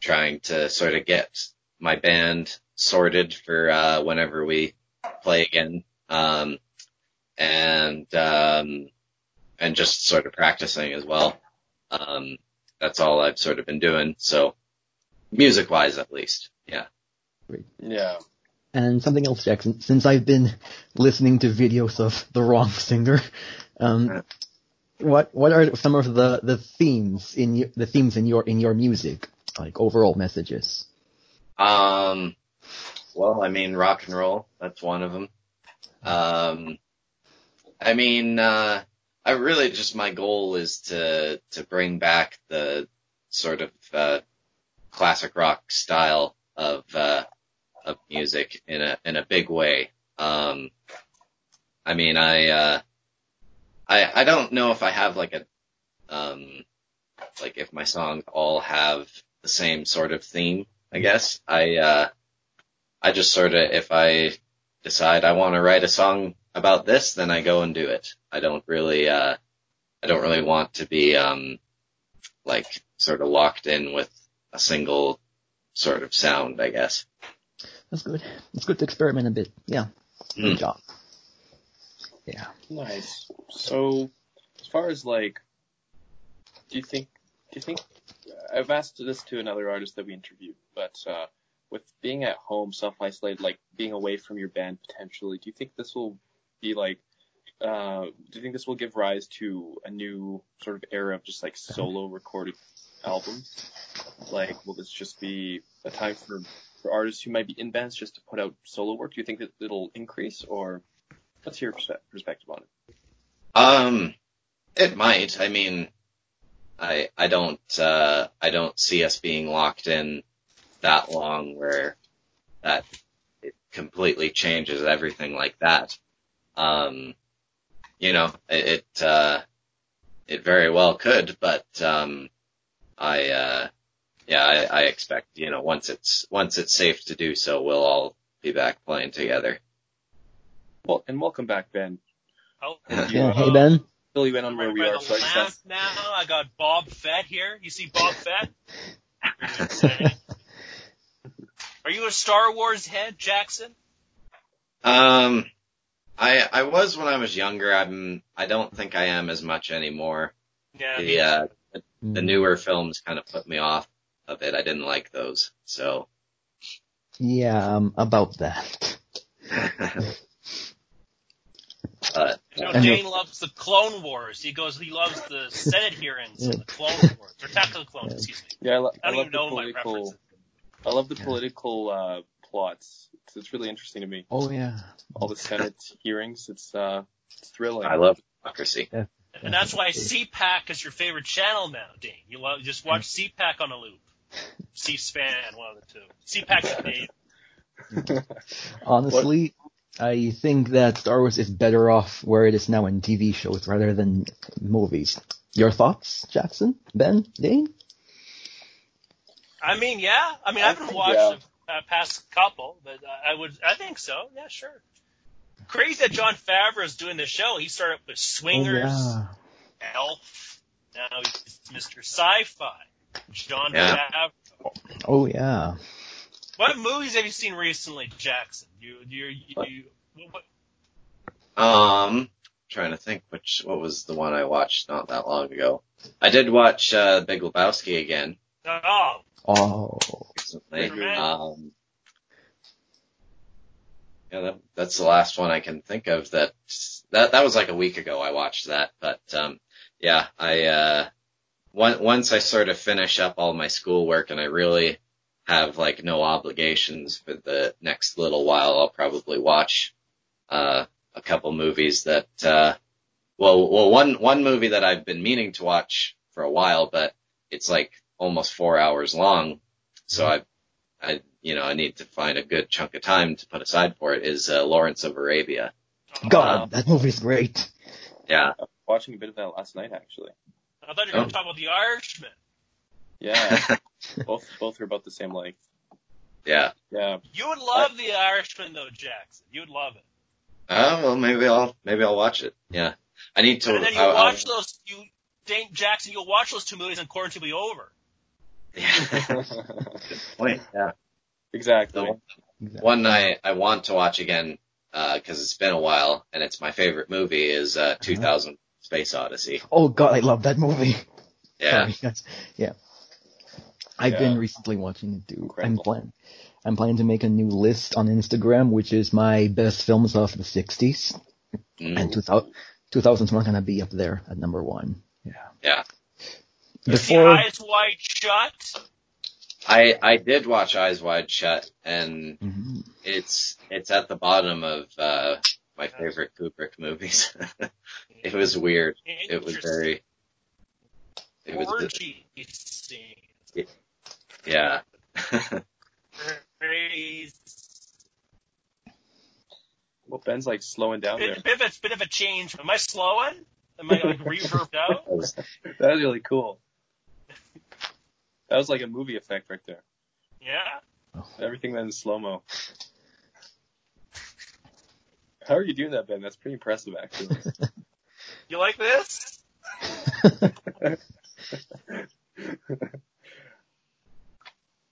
F: trying to sort of get my band sorted for, uh, whenever we play again. Um, and, um, and just sort of practicing as well. Um, that's all I've sort of been doing. So music wise, at least. Yeah.
C: Yeah.
D: And something else, Jackson, since I've been listening to videos of the wrong singer, um, what what are some of the, the themes in y- the themes in your in your music, like overall messages?
F: Um, well, I mean, rock and roll, that's one of them. Um, I mean, uh, I really just, my goal is to, to bring back the sort of, uh, classic rock style of, uh, of music in a, in a big way. Um, I mean, I, uh, I, I don't know if I have like a, um, like if my songs all have the same sort of theme, I guess. I, uh, I just sort of, if I decide I want to write a song about this, then I go and do it. I don't really, uh, I don't really want to be, um, like sort of locked in with a single sort of sound, I guess.
D: That's good. It's good to experiment a bit. Yeah. Good
F: Hmm.
D: job. Yeah.
C: Nice. So, as far as like, do you think? Do you think? I've asked this to another artist that we interviewed, but uh, with being at home, self-isolated, like being away from your band potentially, do you think this will be like? Uh, do you think this will give rise to a new sort of era of just like solo recorded albums? Like, will this just be a time for for artists who might be in bands just to put out solo work? Do you think that it'll increase, or what's your perspe- perspective on it?
F: Um, it might. I mean, I, I don't, uh, I don't see us being locked in that long where that it completely changes everything like that. Um, you know, it, it, uh, it very well could, but, um, I, uh, yeah, I, I expect, you know, once it's, once it's safe to do so, we'll all be back playing together.
C: Well, and welcome back, Ben.
E: oh,
C: And you,
D: Yeah.
C: uh,
D: Hey Ben.
C: Fill you in on where we
E: by
C: are.
E: the
C: So I just
E: lamp
C: asked,
E: now. I got Bob Fett here. You see Bob Fett? Are you a Star Wars head, Jackson?
F: Um, I I was when I was younger. I'm I don't think I am as much anymore.
E: Yeah.
F: The uh, the
D: Mm.
F: newer films kind of put me off a bit. I didn't like those. So
D: Yeah. Um, about that.
F: uh,
E: You know,
D: And
E: Dane loves the Clone Wars. He goes, he loves the Senate hearings in the Clone Wars, or Attack of the Clones, excuse me.
C: yeah, I, lo-
E: I
C: I
E: don't
C: love
E: even
C: the
E: know my
C: political.
E: references.
C: I love the
D: Yeah.
C: political uh, plots. It's, it's really interesting to me.
D: Oh yeah.
C: All the Senate hearings. It's uh, it's thrilling.
F: I love democracy.
E: And that's why CPAC is your favorite channel now, Dane. You lo- just watch CPAC on a loop. C-SPAN, one of the two. CPAC's a name.
D: Honestly, I think that Star Wars is better off where it is now in TV shows rather than movies. Your thoughts, Jackson, Ben, Dane?
E: I mean, yeah. I mean,
C: I
E: I haven't
C: think,
E: watched
C: yeah.
E: the uh, past couple, but I I would, I think so. Yeah, sure. Crazy that John Favreau is doing the show. He started with Swingers,
D: Oh,
E: Elf. Now he's Mr. Sci-Fi. John
F: Yeah.
E: Favreau.
D: yeah. Oh yeah.
E: What movies have you seen recently, Jackson? You, you, you. you what,
F: Um, trying to think which what was the one I watched not that long ago. I did watch uh, Big Lebowski again
E: oh,
D: Oh.
F: recently.
E: Right.
F: Um, yeah, that, that's the last one I can think of. That that that was like a week ago. I watched that, but um, yeah, I uh, one, once I sort of finish up all my schoolwork and I really have like no obligations for the next little while, I'll probably watch uh, a couple movies that. Uh, well, well, one one movie that I've been meaning to watch for a while, but it's like almost four hours long, so
E: Mm-hmm.
F: I, I you know I need to find a good chunk of time to put aside for it. Is uh, Lawrence of Arabia?
D: God, that movie's great.
F: Yeah,
C: Watching a bit of that last night actually.
E: I thought you were going to talk about the Irishman. Oh,
C: Yeah, both both are about the same length.
F: yeah.
C: Yeah,
E: You would love the Irishman though, Jackson. You would love it.
F: Oh well, maybe I'll maybe I'll watch it. Yeah, I need to. uh,
E: And then you
F: I- I-
E: watch those. You, Dane Jackson, you'll watch those two movies and quarantine will be over.
F: Yeah, Wait, yeah.
C: exactly.
F: The one I I want to watch again because it's been a while and it's my favorite movie is
E: Uh-huh.
F: uh, 2000 Space Odyssey.
D: Oh God, I love that movie.
F: Yeah,
E: Oh,
D: Sorry, that's- yeah. I've
C: Yeah.
D: been recently watching it too. I'm
C: Incredible.
D: plan- I'm planning to make a new list on Instagram, which is my best films of the 60s.
F: Mm,
D: And 2000, 2000s are going to be up there at number one.
F: yeah.
E: The
D: Before,
E: eyes wide shut.
F: I I did watch Eyes Wide Shut and
D: Mhm.
F: it's it's at the bottom of uh, my favorite Kubrick movies. it was weird. It was very. It was
E: orgy scene.
F: yeah.
E: Crazy.
C: Well, Ben's like slowing down there.
E: Bit, bit, of a, bit of a change. Am I slowing? Am I like reverbed out?
F: It was-
C: That was really cool. That was like a movie effect right there.
E: Yeah.
C: Everything went in slow mo. How are you doing that, Ben? That's pretty impressive, actually.
E: You like this?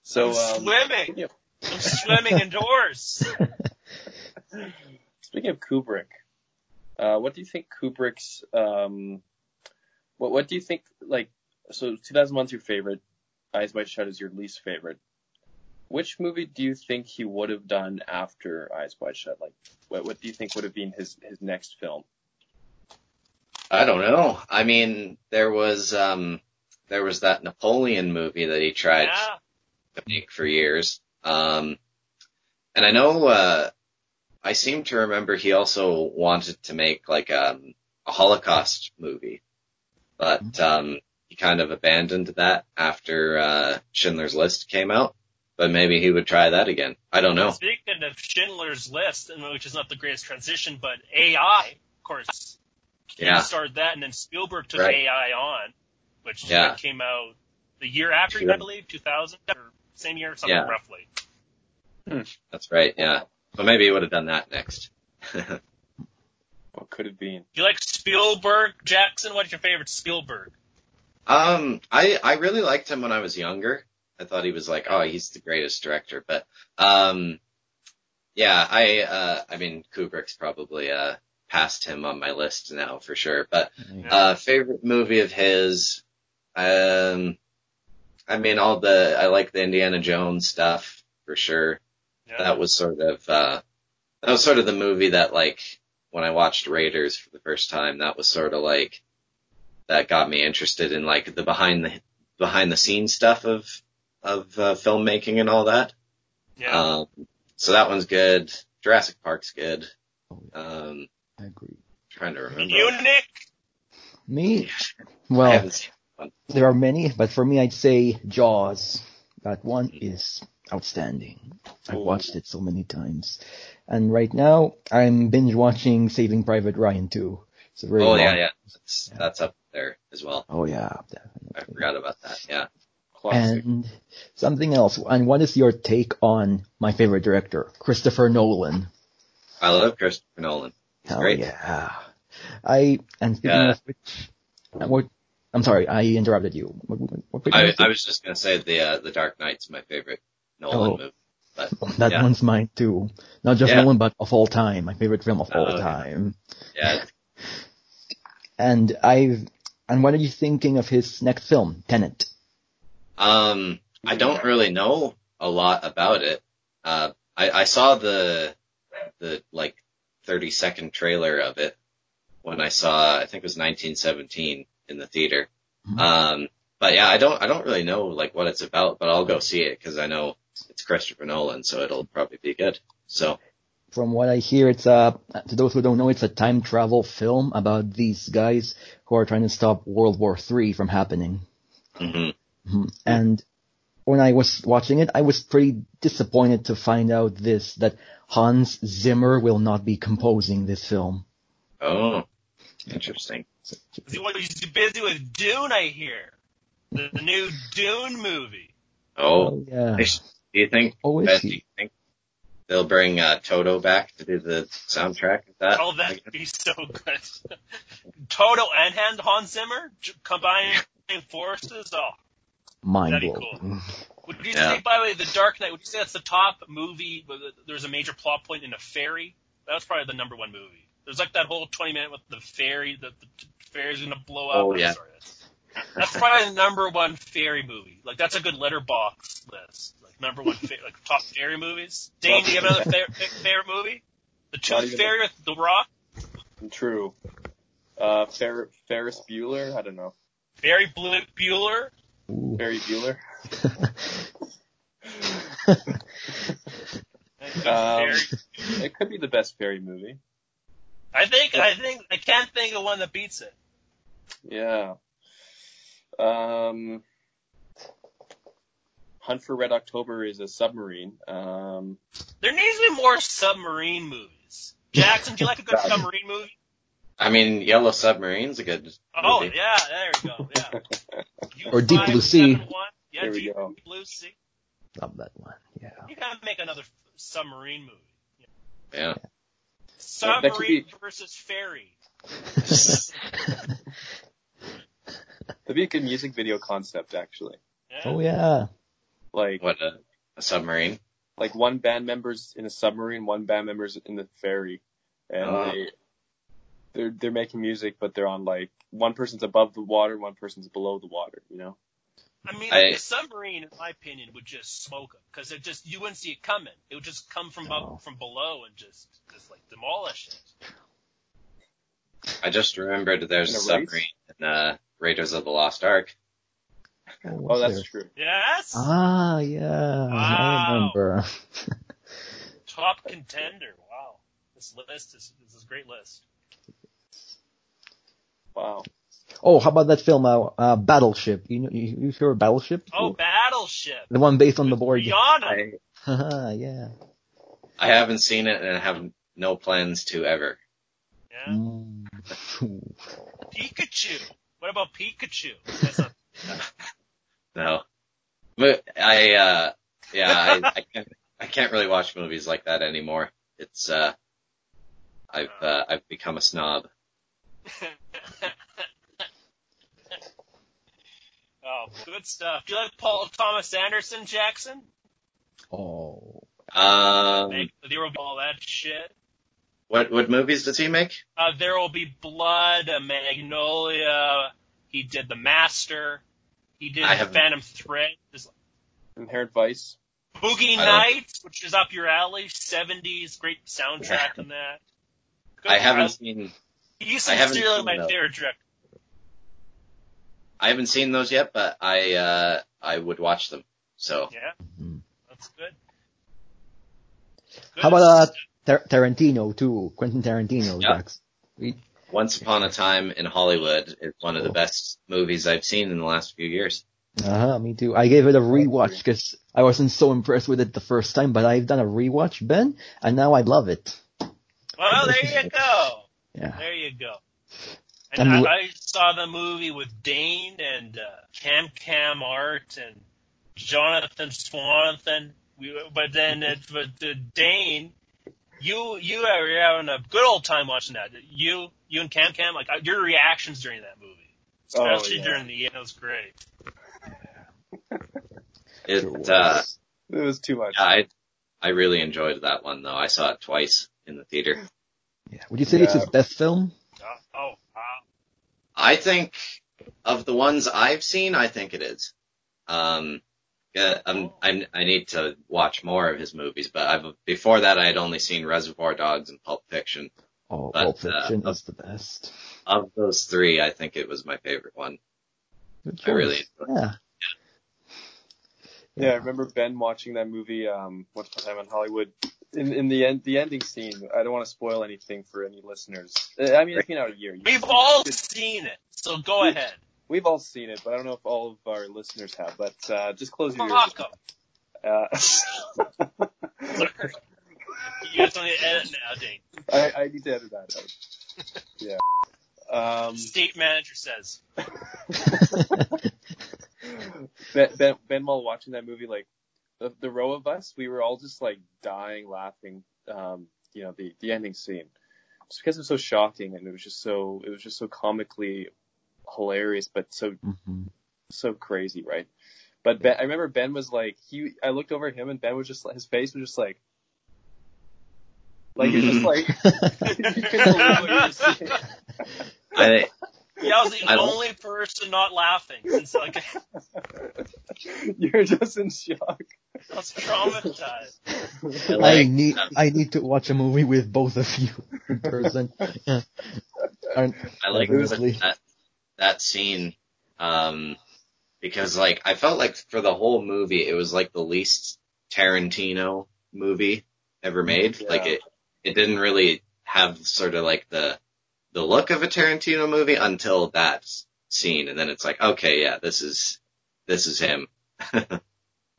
C: So,
E: I'm
C: um,
E: swimming.
C: yeah.
E: I'm swimming indoors.
C: speaking of Kubrick, uh, what do you think Kubrick's, um, what, what do you think, like, so 2001's your favorite, Eyes Wide Shut is your least favorite. Which movie do you think he would have done after Eyes Wide Shut? Like, what, what do you think would have been his, his next film?
F: I don't know. I mean, there was um there was that Napoleon movie that he tried
E: Yeah.
F: to make for years. Um and I know uh I seem to remember he also wanted to make like um a Holocaust movie. But um he kind of abandoned that after uh Schindler's List came out. But maybe he would try that again. I don't know.
E: Speaking of Schindler's List, and which is not the greatest transition, but AI, of course, he
F: Yeah.
E: started that, and then Spielberg took
F: Right.
E: AI on, which
F: Yeah.
E: came out the year after,
F: Sure.
E: I believe, 2000 or same year, something
F: Yeah.
E: roughly.
F: That's right, yeah. So maybe he would have done that next.
C: What could have been?
E: Do you like Spielberg, Jackson? What's your favorite Spielberg?
F: Um, I I really liked him when I was younger. I thought he was like, oh, he's the greatest director. But um, yeah, I uh, I mean Kubrick's probably uh past him on my list now for sure. But uh, favorite movie of his, um, I mean all the I like the Indiana Jones stuff for sure.
E: Yeah.
F: That was sort of uh, that was sort of the movie that like when I watched Raiders for the first time, that was sort of like that got me interested in like the behind the behind the scenes stuff of of uh, filmmaking and all that.
E: yeah.
F: Um, so that one's good. Jurassic Park's good. Um,
D: I agree.
F: trying to remember.
E: you, Nick?
D: Me?
F: I
D: Well,
F: haven't seen-
D: there are many, but for me, I'd say Jaws. That one is outstanding. I've watched it so many times. And right now, I'm binge watching Saving Private Ryan too. It's a very
F: oh yeah,
D: long-
F: yeah. That's, that's up there as well.
D: Oh yeah,
F: I
D: definitely.
F: forgot about that. Yeah.
C: Classic.
D: And something else. And what is your take on my favorite director, Christopher Nolan?
F: I love Christopher Nolan. He's
D: Hell
F: great.
D: yeah. I and speaking
F: Yeah.
D: of which, uh, what? I'm sorry, I interrupted you. What, what, what what-
F: I, I was just gonna say the uh, the Dark Knight's my favorite Nolan
D: Oh.
F: movie, but
D: that
F: yeah,
D: one's mine too. Not just
F: Yeah.
D: Nolan, but of all time, my favorite film of all
F: Oh, yeah.
D: time.
F: yeah,
D: And I've. And what are you thinking of his next film, Tenet?
F: Um, I don't really know a lot about it. Uh, I, I saw the the like 30 second trailer of it when I saw, I think it was 1917 in the theater. Um, but yeah, I don't, I don't really know like what it's about, but I'll go see it because I know it's Christopher Nolan, so it'll probably be good. So
D: From what I hear, it's uh to those who don't know, it's a time travel film about these guys who are trying to stop World War Three from happening.
F: mhm.
D: And when I was watching it, I was pretty disappointed to find out this that Hans Zimmer will not be composing this film.
F: oh, interesting.
E: Well, he's busy with Dune, I hear. The the new Dune movie.
F: Oh,
D: yeah.
F: do you think?
D: Oh, is
F: Beth,
D: he?
F: do you think they'll bring uh, Toto back to do the soundtrack of that?
E: Oh, that'd be so good. Toto and Han- Hans Zimmer j- combining forces. Oh,
D: Mind
E: That'd be
D: blowing.
E: would you
F: Yeah.
E: say? By the way, The Dark Knight. Would you say that's the top movie? where the- There was a major plot point in a ferry. That was probably the number one movie. There's like that whole 20 minute with the ferry that the t- ferry's gonna blow up.
F: Oh,
E: I'm
F: yeah.
E: sorry, that's- That's probably the number one ferry movie. Like that's a good letterbox list. Like number one, fa- like top ferry movies. Dane, do you have another fair, fair movie? The
C: Not
E: Tooth
C: even-
E: Fairy with The Rock.
C: True. Uh, Fer- Ferris Bueller? I don't know.
E: Barry Blue Bueller.
D: Ooh.
C: Ferry Bueller? Um,
E: Barry-
C: it could be the best Ferry movie.
E: I think I think I can't think of one that beats it.
C: Yeah. Um, Hunt for Red October is a submarine. Um,
E: There needs to be more submarine movies. Jackson, do you like a good
C: Yeah.
E: submarine movie?
F: I mean, Yellow Submarine's a good.
E: Oh
F: movie.
E: yeah, there we go. Yeah. You
D: Or Deep
E: five,
D: Blue Sea.
E: seven, one. Yeah,
C: There we
E: Deep
C: go.
E: Blue Sea.
D: Love that one. Yeah.
E: You gotta make another f- submarine movie.
F: yeah.
C: that could
E: Submarine versus ferry.
C: that'd be a good music video concept, actually.
E: Yeah.
D: oh yeah.
C: Like,
F: What a, a submarine.
C: like one band member's in a submarine, one band member's in the ferry, and
F: Ah.
C: they they're they're making music, but they're on like one person's above the water, one person's below the water. You know?
E: I mean,
F: I-
E: the submarine, in my opinion, would just smoke them because it just you wouldn't see it coming. It would just come from
D: No.
E: up, from below and just just like demolish it.
F: I just remembered there's
C: In
F: a
C: a race?
F: submarine in uh, Raiders of the Lost Ark.
C: Oh,
D: what's
C: that's
D: there?
C: true.
E: Yes.
D: Ah, yeah.
E: Wow.
D: I remember.
E: Top contender. Wow. This list is this is a great list.
C: Wow.
D: Oh, how about that film, uh, uh Battleship? You know, you, you hear of Battleship?
E: Oh, Battleship.
D: The one based on the board. game.
E: Rihanna.
C: I
D: Haha, yeah.
F: I haven't seen it and I have no plans to ever.
E: Yeah.
D: Mm.
E: Pikachu. What about Pikachu? That's a,
F: No. But I, uh, yeah, I, I can't, I can't really watch movies like that anymore. It's, uh, I've, uh, I've become a snob.
E: oh, good stuff. Do you like Paul Thomas Anderson Jackson?
D: Oh.
F: Um,
E: Make, there will be all that shit.
F: what, what movies does he make?
E: Uh, there will be blood. Uh, Magnolia. He did The Master. He did
F: I haven't-
E: Phantom Thread. This-
C: inherent vice.
E: Boogie
F: I don't-
E: Nights, which is up your alley. 70s, great soundtrack in that. Good
F: I haven't
E: stuff.
F: seen,
E: He's
F: I haven't
E: sincerely
F: seen
E: my
F: those.
E: favorite director.
F: I haven't seen those yet, but I, uh, I would watch them. So,
E: Yeah,
D: Mhm.
E: that's good.
D: How about uh, Tar- Tarantino too? Quentin Tarantino.
F: Yeah.
D: Jax. We-
F: Once Upon a Time in Hollywood is one of the
D: Cool.
F: best movies I've seen in the last few years.
D: Uh-huh, me too. I gave it a rewatch because I wasn't so impressed with it the first time, but I've done a rewatch, Ben, and now I love it.
E: Well, there you go.
D: Yeah.
E: There you go.
D: And
E: And I,
D: you-
E: I saw the movie with Dane and uh, Cam Cam Art and Jonathan Swanathan. We, but then it, but uh, Dane, you you are you're having a good old time watching that. You you and Cam Cam like uh, your reactions during that movie,
C: Oh,
E: especially
C: yeah.
E: during the end, was great.
F: It,
D: Sure was.
F: uh,
C: It was too much.
F: I, I really enjoyed that one though. I saw it twice in the theater.
D: Yeah. Would you say it's his
C: Yeah.
D: best film?
E: Uh, oh, wow.
F: I think of the ones I've seen, I think it is. Um, uh, I'm, I'm, I need to watch more of his movies, but I've, before that I had only seen Reservoir Dogs and Pulp Fiction.
D: Oh,
F: But,
D: Pulp Fiction
F: uh,
D: is the best.
F: Of those three, I think it was my favorite one.
D: Good
F: I really
D: choice.
F: enjoyed
D: yeah.
C: Yeah, I remember Ben watching that movie. Um, what's the time in Hollywood? In in the end, the ending scene. I don't want to spoil anything for any listeners. Uh, I mean, it's been out a year. You-
E: We've all seen it, so go ahead.
C: we've all seen it, but I don't know if all of our listeners have. But uh, just close your ears.
E: Fuck 'em.
C: Uh,
E: You guys don't need to edit now, Dane.
C: Uh, I, I need to edit that out. Yeah. Um,
E: State manager says.
C: ben, ben, ben, while watching that movie, like the, the row of us, we were all just like dying laughing. Um, you know, the the ending scene, just because it was so shocking and it was just so it was just so comically hilarious, but so
D: hmm
C: so crazy, right? But Ben, I remember Ben was like, he, I looked over at him and Ben was just, his face was just like, like you're just like, you couldn't believe what you were seeing.
F: it. I,
E: Yeah, I was the
F: I don't-
E: only person not laughing since like I
C: You're just in shock.
E: was traumatized.
F: I
D: I
F: like,
D: need I need to watch a movie with both of you in person. Yeah. Aren't-
F: I like
D: Obviously.
F: that, that scene, um, because like I felt like for the whole movie it was like the least Tarantino movie ever made.
C: Yeah.
F: Like it, it didn't really have sort of like the the look of a Tarantino movie until that s- scene, and then it's like, okay, yeah, this is this is him.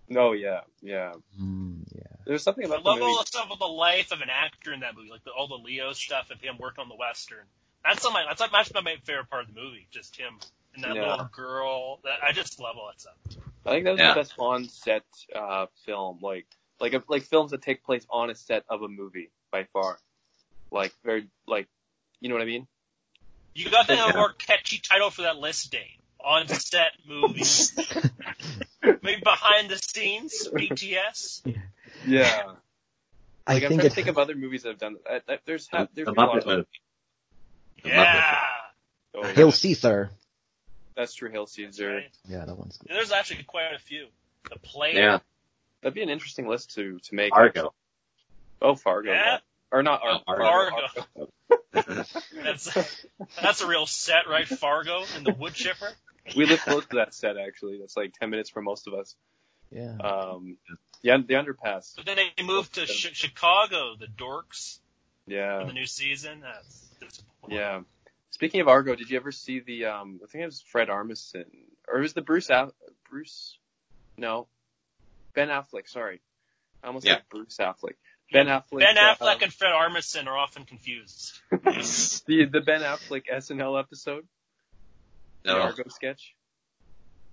C: No, yeah, yeah.
D: Mm, yeah.
C: There's something
E: I
C: about the
E: love all
C: movie.
E: the stuff about the life of an actor in that movie, like the, all the Leo stuff of him working on the western. That's on my that's like that's my favorite part of the movie, just him and that
C: Yeah.
E: little girl. That, I just love all that stuff.
C: I think that was
F: Yeah.
C: the best on set, uh, film. Like, like, if- like films that take place on a set of a movie by far. Like, very, like, you know what I mean?
E: You got to have a
F: Yeah.
E: more catchy title for that list, Dane. On set movies, maybe behind the scenes, BTS.
C: Yeah.
D: I
C: Like, I'm trying
D: think
C: to
D: it,
C: think of other movies that have done that. I- I- There's, ha-
F: The,
C: there's
F: the
C: been a lot
F: Muppet
C: of them.
F: movie. The
E: Yeah,
C: Oh, yeah.
D: Hail Caesar.
C: That's true, Hail Caesar.
E: Right.
D: Yeah, that one's good.
E: there's actually quite a few. The play,
F: Yeah,
C: That'd be an interesting list to to make.
F: Argo.
C: Oh, Fargo.
E: Yeah.
C: Or not Ar-
F: Oh, Argo.
E: Fargo. That's that's a real set, right? Fargo and the wood chipper.
C: We live close to that set actually. That's like ten minutes for most of us.
D: Yeah.
C: Um, yeah, the underpass.
E: But then they moved to Chi Chicago, the Dorks, for
C: Yeah,
E: the new season. That's disappointing.
C: Oh. yeah. Speaking of Argo, did you ever see the? Um, I think it was Fred Armisen, or it was the Bruce? Aff- Bruce? No, Ben Affleck. Sorry, I almost
F: Yeah.
C: said Bruce Affleck. Ben Affleck.
E: Ben
C: uh,
E: Affleck and Fred Armisen are often confused.
C: the the Ben Affleck SNL episode, the
F: no,
C: Argo sketch.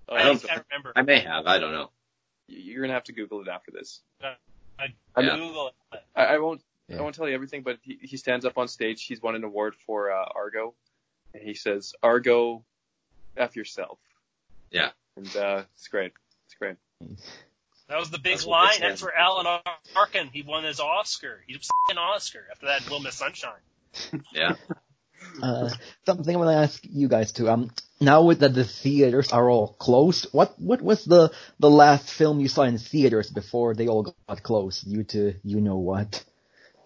C: Oh,
E: I
F: don't-
C: that's-
E: can't remember.
F: I may have. I don't know.
C: you're gonna have to Google it after this.
E: I
F: Yeah.
E: Google it.
C: I, I won't.
D: Yeah.
C: I won't tell you everything, but he, he stands up on stage. He's won an award for uh, Argo, and he says, "Argo, f yourself."
F: Yeah.
C: And uh, it's great. It's great.
E: That was the big
F: That's what
E: line.
F: they said.
E: That's where Alan Arkin he won his Oscar. He was an Oscar after that Little Miss Sunshine.
F: Yeah, Oh.
D: Uh, something I want to ask you guys too. Um, now with- that the theaters are all closed, what what was the the last film you saw in theaters before they all got closed due to you know what?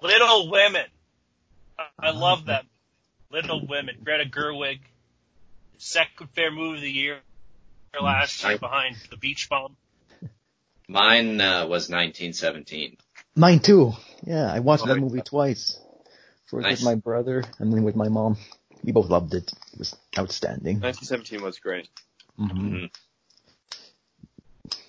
E: Little Women. I, I love that. Little Women. Greta Gerwig. Second fair movie of the year last year behind The Beach Bomb.
F: mine uh, was 1917.
D: Mine too. Yeah, I watched
C: Oh,
D: that
C: yeah.
D: movie twice. First
F: Nice.
D: with my brother and then with my mom. We both loved it. It was outstanding.
C: 1917 was great.
D: hmm
F: Mhm.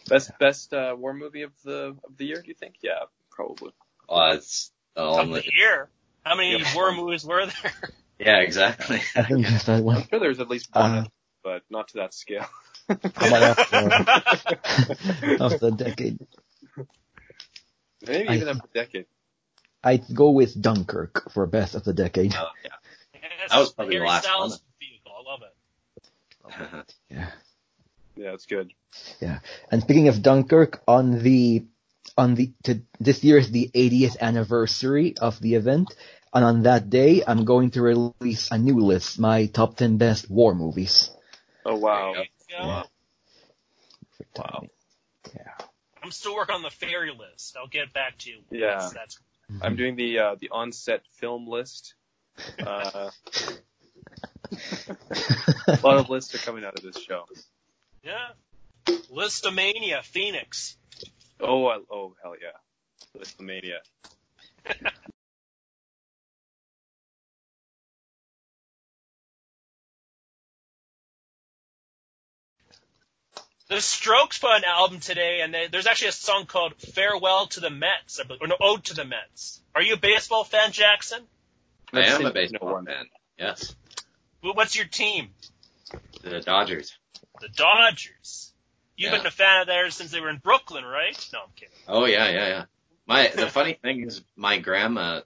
C: Best best uh, war movie of the of the year, do you think? Yeah, probably.
F: Well, Oh, it's the
E: Of the
F: only.
E: year. How many
C: Yeah.
E: war movies were there?
F: Yeah, exactly.
D: I think just that
C: I'm
D: one.
C: sure there's at least one,
D: Uh,
C: but not to that scale.
D: how about that uh, of the decade?
C: Maybe
D: I-
C: even a decade.
D: I'd go with Dunkirk for best of the decade.
F: Oh,
E: Yes,
F: That was probably the
E: Harry
F: last
E: Styles
F: one.
E: vehicle. I love it.
F: yeah.
D: Yeah.
C: Yeah, it's good.
D: And speaking of Dunkirk, on the on the to, this year is the 80th anniversary of the event, and on that day, I'm going to release a new list, my top 10 best war movies.
C: Oh wow.
E: There you go.
D: Wow. Yeah.
E: I'm still working on the fairy list. I'll get back to you. once
C: Yeah.
E: That's
C: I'm doing the uh, the onset film list. Uh, a lot of lists are coming out of this show.
E: yeah. Listomania, Phoenix.
C: Oh, I, oh, hell yeah, Listmania.
E: The Strokes put out an album today, and they, there's actually a song called "Farewell to the Mets," I believe, or no, "Ode to the Mets." Are you a baseball fan, Jackson?
F: I
C: Let's
F: am
C: say
F: a baseball
C: no one.
F: fan. Yes,
E: Wh- What's your team?
F: the Dodgers.
E: The Dodgers. You've
F: Yeah.
E: been a fan of theirs since they were in Brooklyn, right? No, I'm kidding.
F: Oh yeah, yeah, yeah. My the funny thing is, my grandma,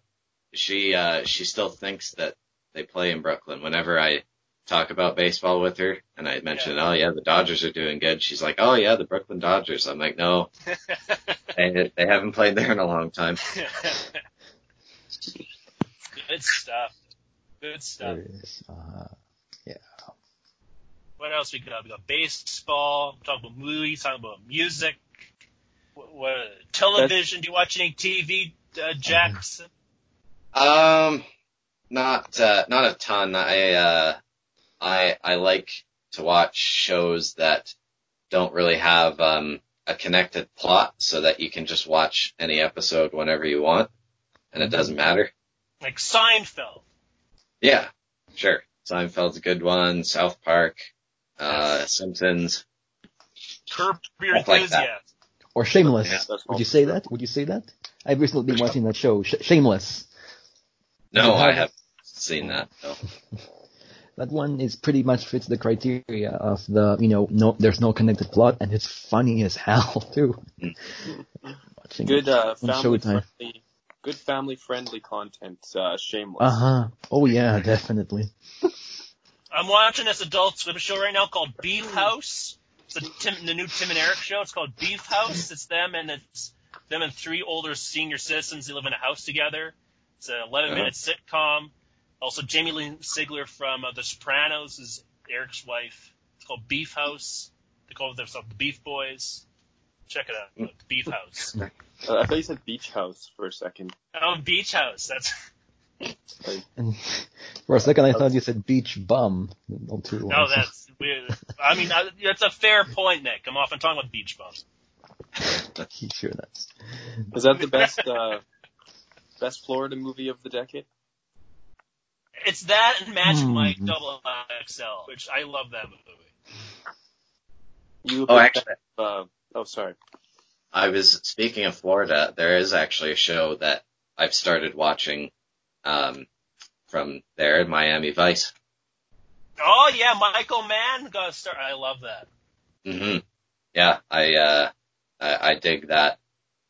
F: she uh, she still thinks that they play in Brooklyn. Whenever I talk about baseball with her, and I mention, oh yeah, the Dodgers are doing good, she's like, oh yeah, the Brooklyn Dodgers. I'm like, no, they, they haven't played there in a long time.
E: Good stuff. Good stuff.
D: There it is. Uh,
E: What else we got? We got baseball. Talk about movies. Talk about music. What, what television? Do you watch any TV, uh, Jackson?
F: Um, not uh, not a ton. I uh, I I like to watch shows that don't really have um, a connected plot, so that you can just watch any episode whenever you want, and it doesn't matter.
E: Like Seinfeld.
F: Yeah, sure. Seinfeld's a good one. South Park, uh, Simpsons.
E: Curb Your
F: Stuff like
E: Enthusiasm.
F: that.
D: or Shameless.
F: Yeah,
C: that's
D: Would
C: all.
D: you say that? Would you say that? I've recently been watching that show, Sh- Shameless.
F: No, I haven't seen that. No.
D: That one is pretty much fits the criteria of the you know no there's no connected plot and it's funny as hell too. Watching
C: Good
D: it
C: uh,
D: on
C: family
D: Showtime.
C: friendly, good family friendly content. Uh, shameless.
D: Uh huh. Oh yeah, definitely.
E: I'm watching this adult swim show right now called Beef House. It's the, Tim, the new Tim and Eric show. It's called Beef House. It's them and it's them and three older senior citizens. They live in a house together. It's an 11 minute sitcom. Also, Jamie Lynn Sigler from uh, The Sopranos is Eric's wife. It's called Beef House. They call themselves the Beef Boys. Check it out. The Beef House.
C: Uh, I thought you said beach house for a second.
E: Oh, Beach House. That's
D: And for a second I thought you said beach bum. No, two
E: no,
D: words.
E: oh, that's weird. I mean, I, that's a fair point, Nick. I'm often talking about beach bums.
D: He sure that's
C: Is that the best uh, best Florida movie of the decade?
E: It's that and Magic
D: Hmm.
E: Mike Double XL, which I love that movie.
C: You.
F: Oh, actually,
C: Uh, oh, sorry.
F: I was speaking of Florida. There is actually a show that I've started watching um, from there, Miami Vice.
E: Oh yeah, Michael Mann got a star. I love that.
F: hmm Yeah, I, uh, I I dig that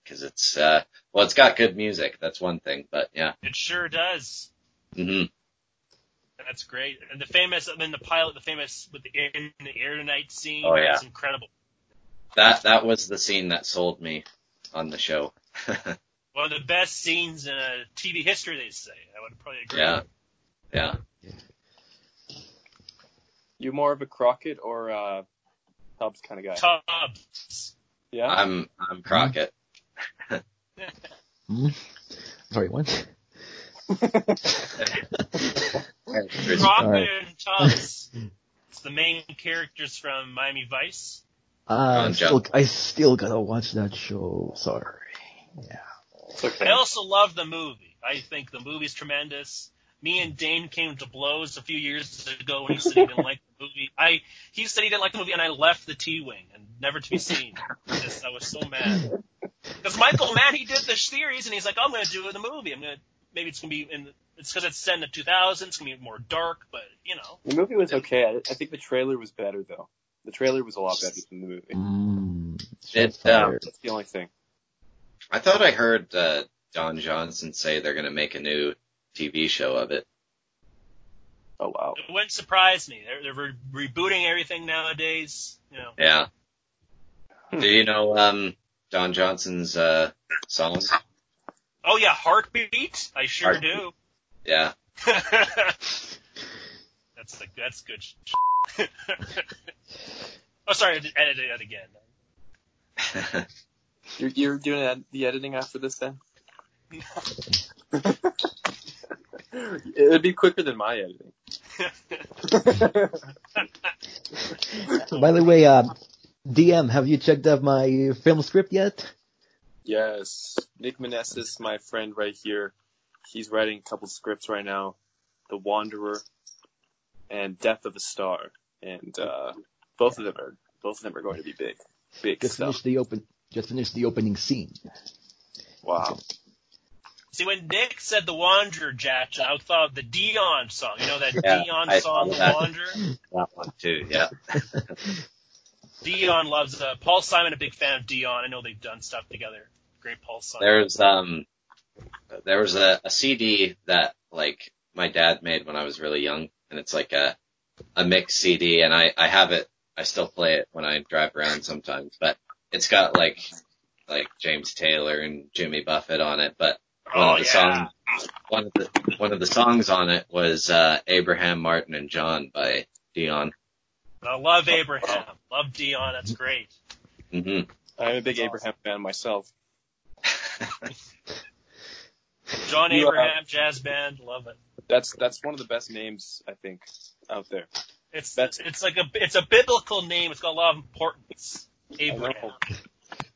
F: because it's uh, well, it's got good music. That's one thing, but yeah,
E: It sure does.
F: hmm
E: That's great. And the famous, I mean, the pilot, the famous with the in the air tonight scene.
F: Oh, yeah.
E: it's incredible.
F: that that was the scene that sold me on the show.
E: One of the best scenes in uh, TV history, they say. I would probably agree.
F: yeah, yeah.
C: You more of a Crockett or uh, Tubbs kind of guy?
E: Tubbs.
C: Yeah.
F: I'm I'm Crockett.
D: sorry, what?
F: There's-
E: Crockett
D: Alright.
E: and Tubbs. it's the main characters from Miami Vice.
D: Uh, I
F: on,
D: still, I still gotta watch that show. Sorry.
C: It's okay.
E: I also love the movie. I think the movie's tremendous. Me and Dane came to blows a few years ago when he said he didn't like the movie. I he said he didn't like the movie, and I left the T wing and never to be seen. Just, I was so mad because Michael Mann he did the series, and he's like, I'm going to do the movie. I'm going to maybe it's going to be in the, it's because it's set in the 2000s. It's going to be more dark, but you know,
C: The movie was okay. I, I think the trailer was better though. The trailer was a lot better than the movie.
D: Mm,
F: It,
D: shots
F: uh,
D: fired.
C: That's the only thing.
F: I thought I heard uh, Don Johnson say they're gonna make a new TV show of it.
C: Oh wow.
E: it wouldn't surprise me. They're, they're re- rebooting everything nowadays. You know,
F: Yeah. Do you know um Don Johnson's uh song?
E: oh yeah, Heartbeat. I sure
F: Heartbeat.
E: do.
F: Yeah.
E: that's like that's good. Sh- oh, sorry, I had to edit it out again.
C: You're, you're doing ed- the editing after this then? it would be quicker than my editing.
D: By the way, uh, DM, have you checked out my film script yet?
C: yes, Nick Manessis, my friend right here, he's writing a couple scripts right now. The Wanderer and Death of a Star, and uh, both of them are both of them are going to be big, big
D: Just
C: stuff.
D: finished the open. Just finished the opening scene.
C: Wow.
E: See, when Nick said the Wanderer, Jack, I thought of the Dion song. You know that
F: Yeah,
E: Dion
F: I
E: song,
F: thought
E: The
F: that.
E: Wanderer?
F: That one too. Yeah.
E: Dion loves uh, Paul Simon, a big fan of Dion. I know they've done stuff together. Great Paul Simon.
F: There's um, there was a, a CD that like my dad made when I was really young, and it's like a a mix CD, and I I have it. I still play it when I drive around sometimes, but it's got like like James Taylor and Jimmy Buffett on it, but one
E: oh,
F: of the
E: yeah.
F: songs one of the one of the songs on it was uh Abraham Martin and John by Dion.
E: I love Abraham. Love Dion. That's great.
F: hmm
C: I'm a big Abraham fan myself.
E: John
C: You, uh,
E: Abraham, jazz band. Love it.
C: That's that's one of the best names I think out there.
E: It's
C: That's-
E: it's like a it's a biblical name. It's got a lot of importance. Abraham.
C: know.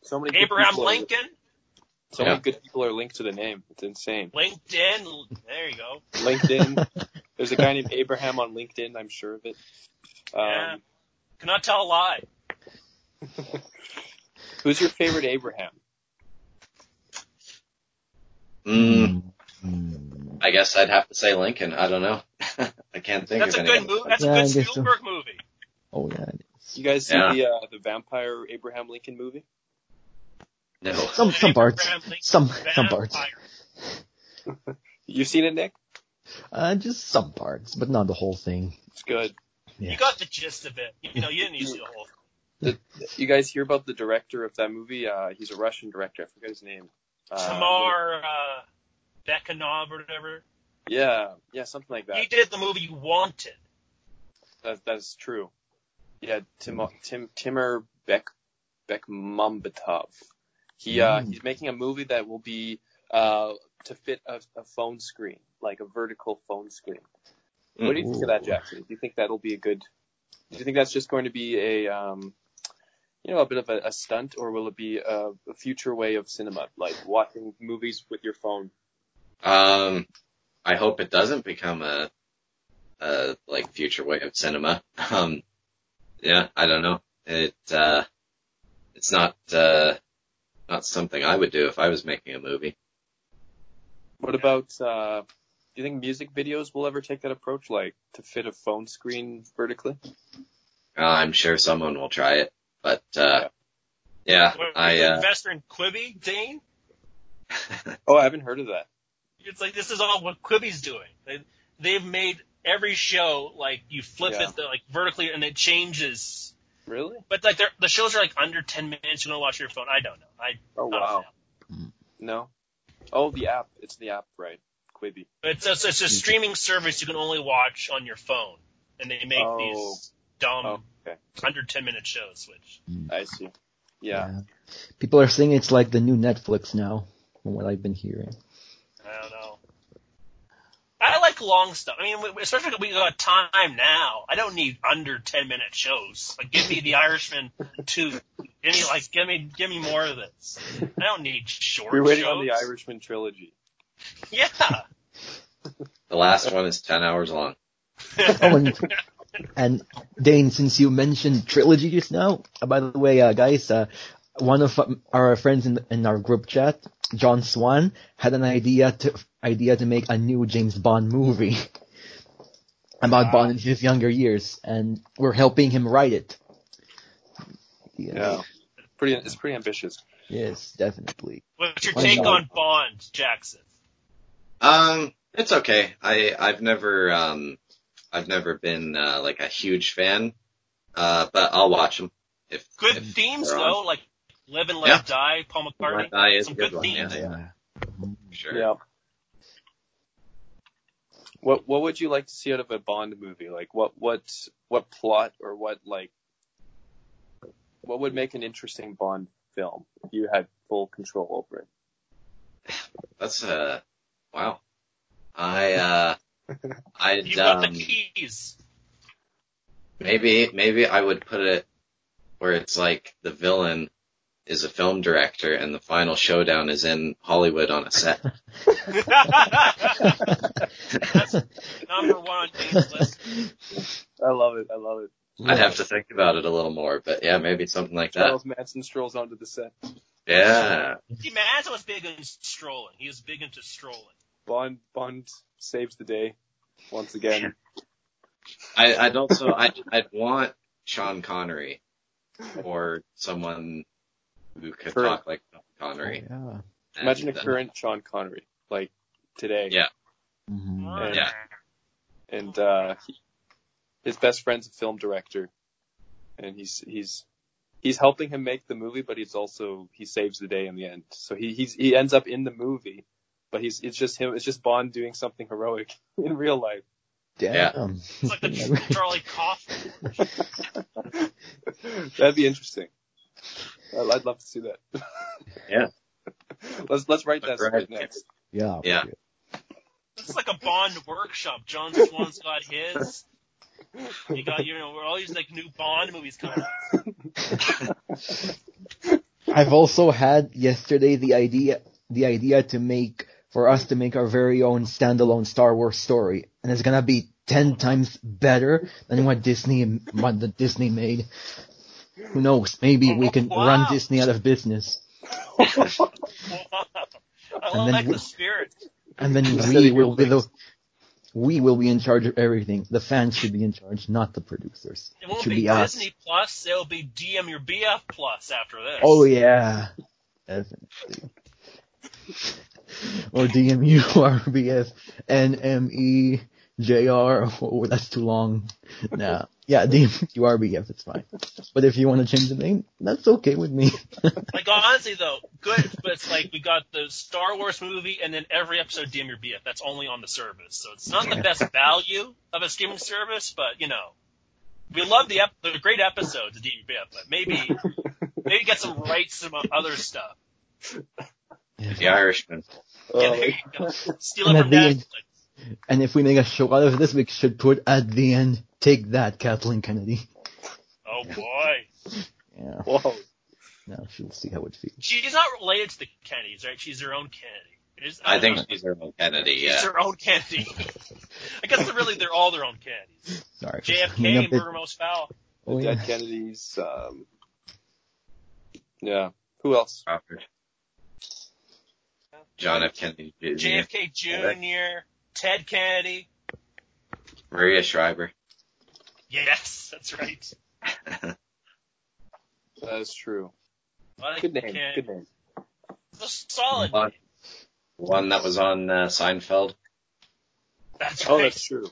C: So many good
E: Abraham
C: people are-
E: Lincoln.
C: so
F: Yeah.
C: many good people are linked to the name. It's insane.
E: LinkedIn. There you go.
C: LinkedIn. There's a guy named Abraham on LinkedIn. I'm sure of it. Um,
E: Yeah. Cannot tell a lie.
C: Who's your favorite Abraham?
E: Hmm.
F: Mm,
D: Mm.
F: I guess I'd have to say Lincoln. I don't know. I can't think
E: That's
F: of
E: a
F: anyone.
E: good movie. That's
D: Yeah, I
E: a good
D: guess so.
E: Spielberg movie.
D: Oh yeah.
C: You guys see
F: Yeah.
C: the uh, the vampire Abraham Lincoln movie?
F: No.
D: Some some parts.
E: Abraham Lincoln
D: Some some
E: Vampire.
D: parts.
C: You've seen it, Nick?
D: Uh, just some parts, but not the whole thing.
C: It's good.
D: Yeah.
E: You got the gist of it. You know, you didn't need to see the whole.
C: You guys hear about the director of that movie? Uh, he's a Russian director. I forget his name. Uh,
E: Tamar uh, Bekhanov or whatever.
C: Yeah, yeah, something like
E: He
C: that.
E: did the movie you wanted.
C: That, that is true. Yeah, Tim Tim Timur Beck Bekmambetov. He uh,
D: Mm.
C: he's making a movie that will be uh, to fit a, a phone screen, like a vertical phone screen. What do you think of that,
D: Ooh.
C: Jackson? Do you think that'll be a good? Do you think that's just going to be a, um, you know, a bit of a, a stunt, or will it be a, a future way of cinema, like watching movies with your phone?
F: Um, I hope it doesn't become a, a like future way of cinema. Um, yeah, I don't know. It, uh, it's not, uh, not something I would do if I was making a movie.
C: What about? Uh, do you think music videos will ever take that approach, like to fit a phone screen vertically?
F: Uh, I'm sure someone will try it, but, uh, yeah,
E: What,
F: I,
E: you
F: uh,
E: investor in Quibi, Dane.
C: Oh, I haven't heard of that.
E: It's like this is all what Quibi's doing. They, they've made every show like you flip
C: Yeah.
E: it the, like vertically and it changes.
C: Really?
E: But like they're- the shows are like under ten minutes. You're gonna watch your phone. I don't know. I
C: Oh
E: not a
C: wow.
E: fan.
C: No. Oh, the app. It's the app, right? Quibi.
E: But it's it's,
C: Hmm.
E: it's a streaming service you can only watch on your phone, and they make
C: Oh.
E: these dumb
C: Oh, okay.
E: under ten minute shows. Which
C: I see. Yeah.
D: People are saying it's like the new Netflix now, from what I've been hearing.
E: I don't know. I like long stuff. I mean, we- especially if we got time now. I don't need under ten minute shows. Like, give me The Irishman two. Give me like, give me, give me more of this. I don't need short.
C: We're waiting
E: shows.
C: on the Irishman trilogy.
E: Yeah.
F: the last one is 10 hours long.
D: Oh, and, and Dane, since you mentioned trilogy just now, uh, by the way, uh, guys, uh, one of um, our friends in, in our group chat, John Swan, had an idea to idea to make a new James Bond movie about Bond in his younger years, and we're helping him write it. Yeah.
C: Pretty. It's pretty ambitious.
D: Yes, definitely.
E: What's your
D: Why
E: take
D: not?
E: on Bond, Jackson?
F: Um, it's okay. I I've never um I've never been uh, like a huge fan, uh, but I'll watch them. If
E: Good
F: if
E: themes
F: they're on.
E: though, like Live and Let
F: Yeah.
E: Die, Paul McCartney.
F: Let Die is
E: Some
F: a good
E: good
F: one, yeah.
E: themes.
F: Sure.
C: Yeah. What What would you like to see out of a Bond movie? Like what what what plot or what like what would make an interesting Bond film if you had full control over it?
F: That's uh, wow. I uh, I
E: You've got
F: um,
E: the keys.
F: maybe maybe I would put it where it's like the villain is a film director and the final showdown is in Hollywood on a set.
E: That's number one on Dave's list.
C: I love it. I love it.
F: I'd have to think about it a little more, but yeah, maybe something like that.
C: Charles Manson strolls onto the set.
F: Yeah.
E: See, Manson was big into strolling. He was big into strolling.
C: Bond Bond saves the day once again.
F: I, I'd also, I'd, I'd want Sean Connery or someone who could
C: Current.
F: talk like Sean Connery.
D: Oh, Yeah.
F: And
C: Imagine a
F: then-
C: current Sean Connery like today.
F: Yeah.
D: Mhm.
F: Yeah.
C: and uh, he, his best friend's a film director, and he's he's he's helping him make the movie, but he's also he saves the day in the end. So he he's, he ends up in the movie, but he's it's just him it's just Bond doing something heroic in real life.
D: Damn.
E: It's like the Ch- Charlie Kaufman.
C: That'd be interesting. I'd, I'd love to see that.
F: Yeah.
C: Let's let's write that
F: Right.
C: script next.
D: Yeah.
F: Yeah.
E: It's like a Bond workshop. John Swan's got his. You got, you know, we're all these like new Bond movies coming out.
D: I've also had yesterday the idea the idea to make for us to make our very own standalone Star Wars story, and it's gonna be ten times better than what Disney what the Disney made. Who knows? Maybe we can
E: Wow.
D: run Disney out of business,
E: Wow. I
D: And then
E: love like
D: we-
E: the spirit.
D: and then
C: Instead
D: we
C: of your
D: will be the we will be in charge of everything. The fans should be in charge, not the producers.
E: It
D: It
E: won't
D: should
E: be,
D: be us.
E: Disney Plus. It'll be DM Your BF Plus after this.
D: Oh yeah. Definitely. or DMU RBF NME JR. E Oh, that's too long. Nah. Yeah, DMU RBF, it's fine. But if you want to change the name, that's okay with me.
E: Like honestly though, good, but it's like we got the Star Wars movie and then every episode DM Your BF. That's only on the service, so it's not the best value of a streaming service. But you know, we love the ep- the great episodes of DM Your BF, but maybe maybe get some rights to some other stuff.
F: The Irishman.
E: Yeah,
C: Oh,
E: there you go. Steal it
D: And
E: from
D: at the end-
E: Netflix.
D: And if we make a show out of this, we should put at the end, take that, Kathleen Kennedy.
E: Oh boy,
D: Yeah.
C: whoa.
D: Now she'll see how it feels.
E: she's not related to the Kennedys, right? She's her own Kennedy. It is-
F: I think she's her own Kennedy.
E: she's
F: Yeah.
E: her own Kennedy. I guess they're really they're all their own Kennedys.
D: Sorry.
E: JFK, murder most foul.
D: Oh,
C: Dead
D: yeah.
C: Kennedys. Um, yeah. Who else?
F: Robert. John F. Kennedy Jr.
E: JFK Jr., Ted Kennedy.
F: Maria Shriver.
E: Yes, that's right.
C: That is true.
E: I like
C: Good name.
E: Kennedy.
C: Good name.
E: It's a solid.
F: One,
E: name.
F: one that was on uh, Seinfeld.
E: That's
C: Oh,
E: right.
C: that's true.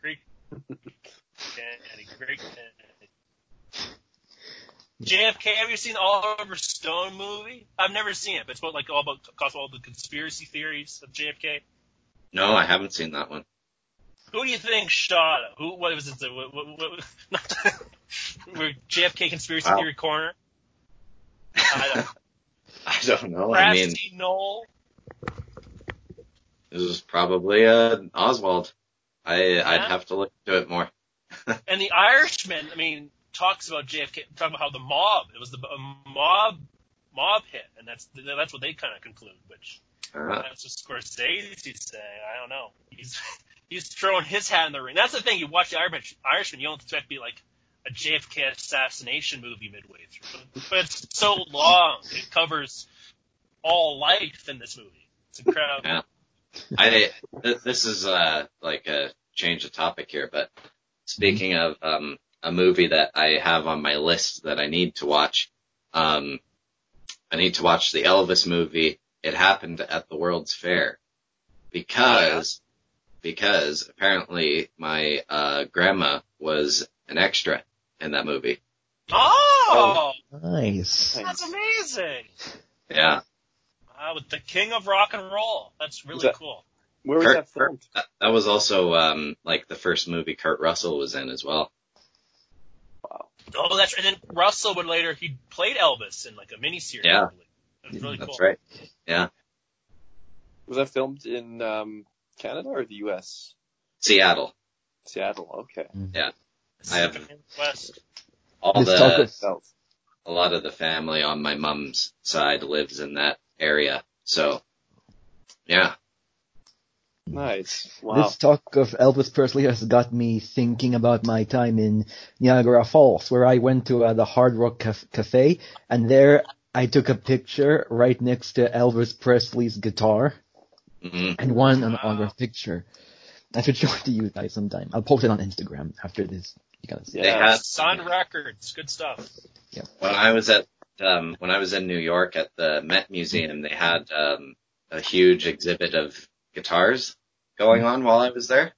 E: Great Kennedy. Great Kennedy. JFK, have you seen the Oliver Stone movie? I've never seen it, but it's about like all about cause all the conspiracy theories of JFK.
F: No, I haven't seen that one.
E: Who do you think shot him? Who? What was it? The, what, what, what, not, we're JFK conspiracy
F: Wow.
E: theory corner. I
F: I
E: don't.
F: don't know. I mean,
E: Krusty Knoll.
F: this is probably uh, Oswald. I I'd
E: Yeah.
F: have to look into it more.
E: And the Irishman, I mean, talks about JFK, talking about how the mob, it was the a mob, mob hit, and that's that's what they kind of conclude. Which
F: Uh,
E: that's what Scorsese's saying. I don't know. He's he's throwing his hat in the ring. That's the thing. You watch the Irish, Irishman, you don't expect to be like a JFK assassination movie midway through, but, but it's so long. It covers all life in this movie. It's incredible.
F: Yeah. I th- this is uh like a change of topic here, but speaking of
E: Mm-hmm.
F: um a movie that I have on my list that I need to watch, um I need to watch the Elvis movie. It happened at the World's Fair because because apparently my uh grandma was an extra in that movie.
E: Oh,
D: Nice.
E: that's amazing!
F: Yeah.
E: Uh, with the king of rock and roll. That's really
C: that-
E: cool.
C: Where was
F: Kurt-
C: that filmed?
F: That, that was also um like the first movie Kurt Russell was in as well.
E: Oh, that's right. And then Russell would later he played Elvis in like a miniseries.
F: Yeah.
E: I believe. It was really
F: That's
E: cool.
F: right.
C: Was that filmed in um, Canada or the U.S.?
F: Seattle.
C: Seattle. Okay.
F: I have-
E: West.
F: All
D: This
F: the
D: Tucker-
C: South.
F: a lot of the family on my mom's side lives in that area. So yeah.
C: Nice. Wow.
D: This talk of Elvis Presley has got me thinking about my time in Niagara Falls, where I went to uh, the Hard Rock Caf- Cafe, and there I took a picture right next to Elvis Presley's guitar
F: hmm
D: and won an
E: Wow.
D: autograph picture. I should show it to you guys sometime. I'll post it on Instagram after this. You guys.
F: They
C: yeah.
F: had
E: Sun Records, good stuff.
F: when I was at um, when I was in New York at the Met Museum, they had um, a huge exhibit of guitars going on while I was there,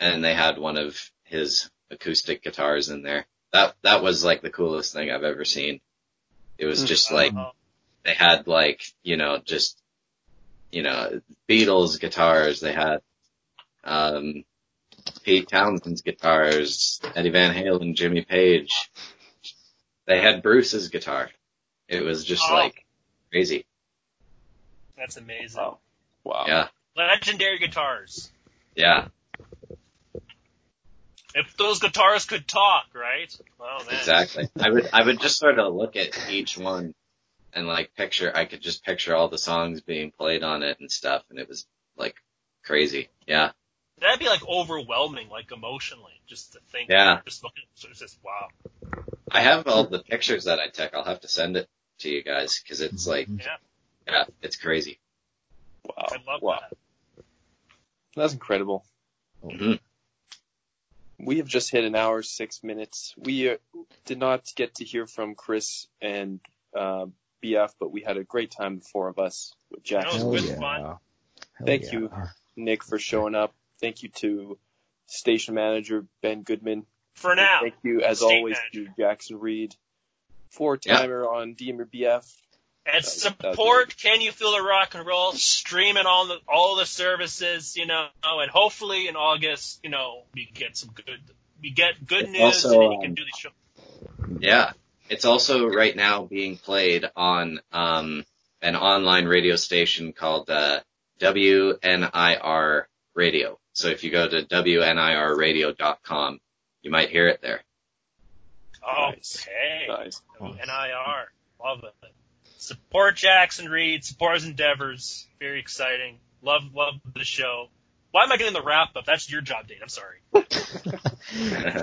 F: and they had one of his acoustic guitars in there. That that was like the coolest thing I've ever seen. It was
C: Hmm.
F: just like
E: Uh,
F: they had like you know just you know Beatles guitars. They had um, Pete Townsend's guitars, Eddie Van Halen, Jimmy Page. They had Bruce's guitar. It was just
E: Oh.
F: like Oh. crazy.
E: that's amazing.
C: Wow. Wow.
F: Yeah,
E: Legendary guitars.
F: yeah,
E: If those guitars could talk, right? Oh man.
F: exactly. I would I would just sort of look at each one and like picture. I could just picture all the songs being played on it and stuff, and it was like crazy. Yeah,
E: That'd be like overwhelming, like emotionally, just to think.
F: Yeah.
E: Just looking, so it's just wow.
F: I have all the pictures that I took. I'll have to send it to you guys because it's like
E: Yeah.
F: yeah, it's crazy. Oh,
C: Wow.
E: I love
C: wow.
E: that.
C: That's incredible.
F: Mhm.
C: We have just hit an hour six minutes. We uh, did not get to hear from Chris and uh, BF, but we had a great time, the four of us with Jack,
E: That was
D: Hell
E: good
D: yeah.
E: fun.
D: Hell
C: Thank
D: yeah.
C: you. Nick for showing up. Thank you to station manager Ben Goodman.
E: For
C: And
E: now,
C: Thank you, as
E: State
C: always,
E: manager.
C: to Jackson Reed, four timer on DM or BF.
E: and
C: was- that was
E: support. Can you feel the rock and roll? Stream it on the, all the services, you know, and hopefully in August, you know, we get some good, we get good
F: It's
E: news,
F: also,
E: and then you can
F: um,
E: do the show.
F: Yeah. It's also right now being played on um, an online radio station called uh, WNIR Radio. So if you go to WNIRradio.com, you might hear it there.
C: Nice.
E: Okay.
C: Nice.
E: NIR. Love it. Support Jackson Reed, support his endeavors. Very exciting. Love, love the show. Why am I doing the wrap up? That's your job, Dane. I'm sorry.
F: Mm-hmm.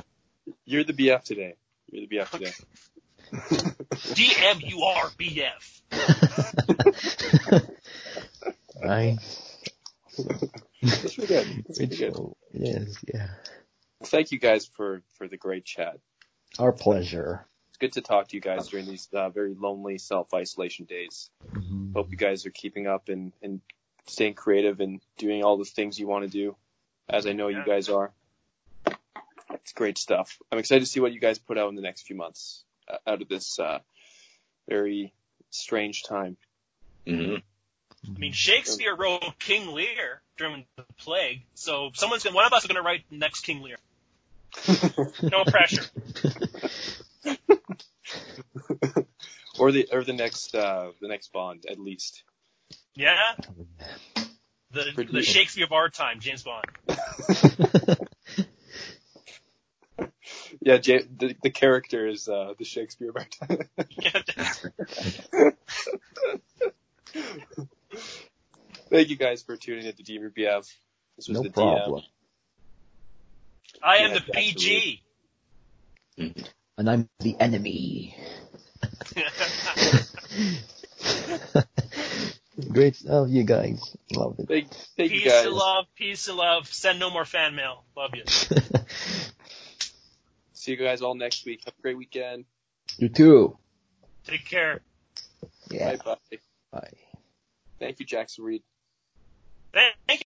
C: You're the BF today. You're the BF today.
E: DMURBF.
D: Right.
C: That's pretty good. That's pretty
D: It's-
C: good.
D: It is, yeah.
C: Thank you guys for, for the great chat.
D: Our pleasure.
C: It's good to talk to you guys during these uh, very lonely self isolation days.
D: Mhm.
C: Hope you guys are keeping up and, and staying creative and doing all the things you want to do, as I know you
E: Yeah.
C: guys are. It's great stuff. I'm excited to see what you guys put out in the next few months uh, out of this uh, very strange time.
F: hmm
E: I mean, Shakespeare wrote King Lear during the plague, so someone's gonna, one of us is going to write the next King Lear. no pressure.
C: or the or the next uh, the next Bond at least.
E: Yeah? The,
C: Pretty-
E: the Shakespeare of our time, James Bond.
C: Yeah, J- the, the character is uh, the Shakespeare of our time.
E: Yeah,
C: Thank you guys for tuning in to Demon BF. This was
D: No
C: the
D: problem.
E: I am
C: Yeah,
E: the BG.
D: And I'm the enemy. Great stuff, you guys. Love
C: DM. Thank, thank you
E: peace
C: guys.
E: to love, peace to love. Send no more fan mail. Love you.
D: it.
C: See you guys all next week. Have a great weekend.
D: you too.
E: Take care.
D: Yeah.
C: Bye bye.
D: Bye.
C: Thank you, Jackson Reed.
E: Thank you.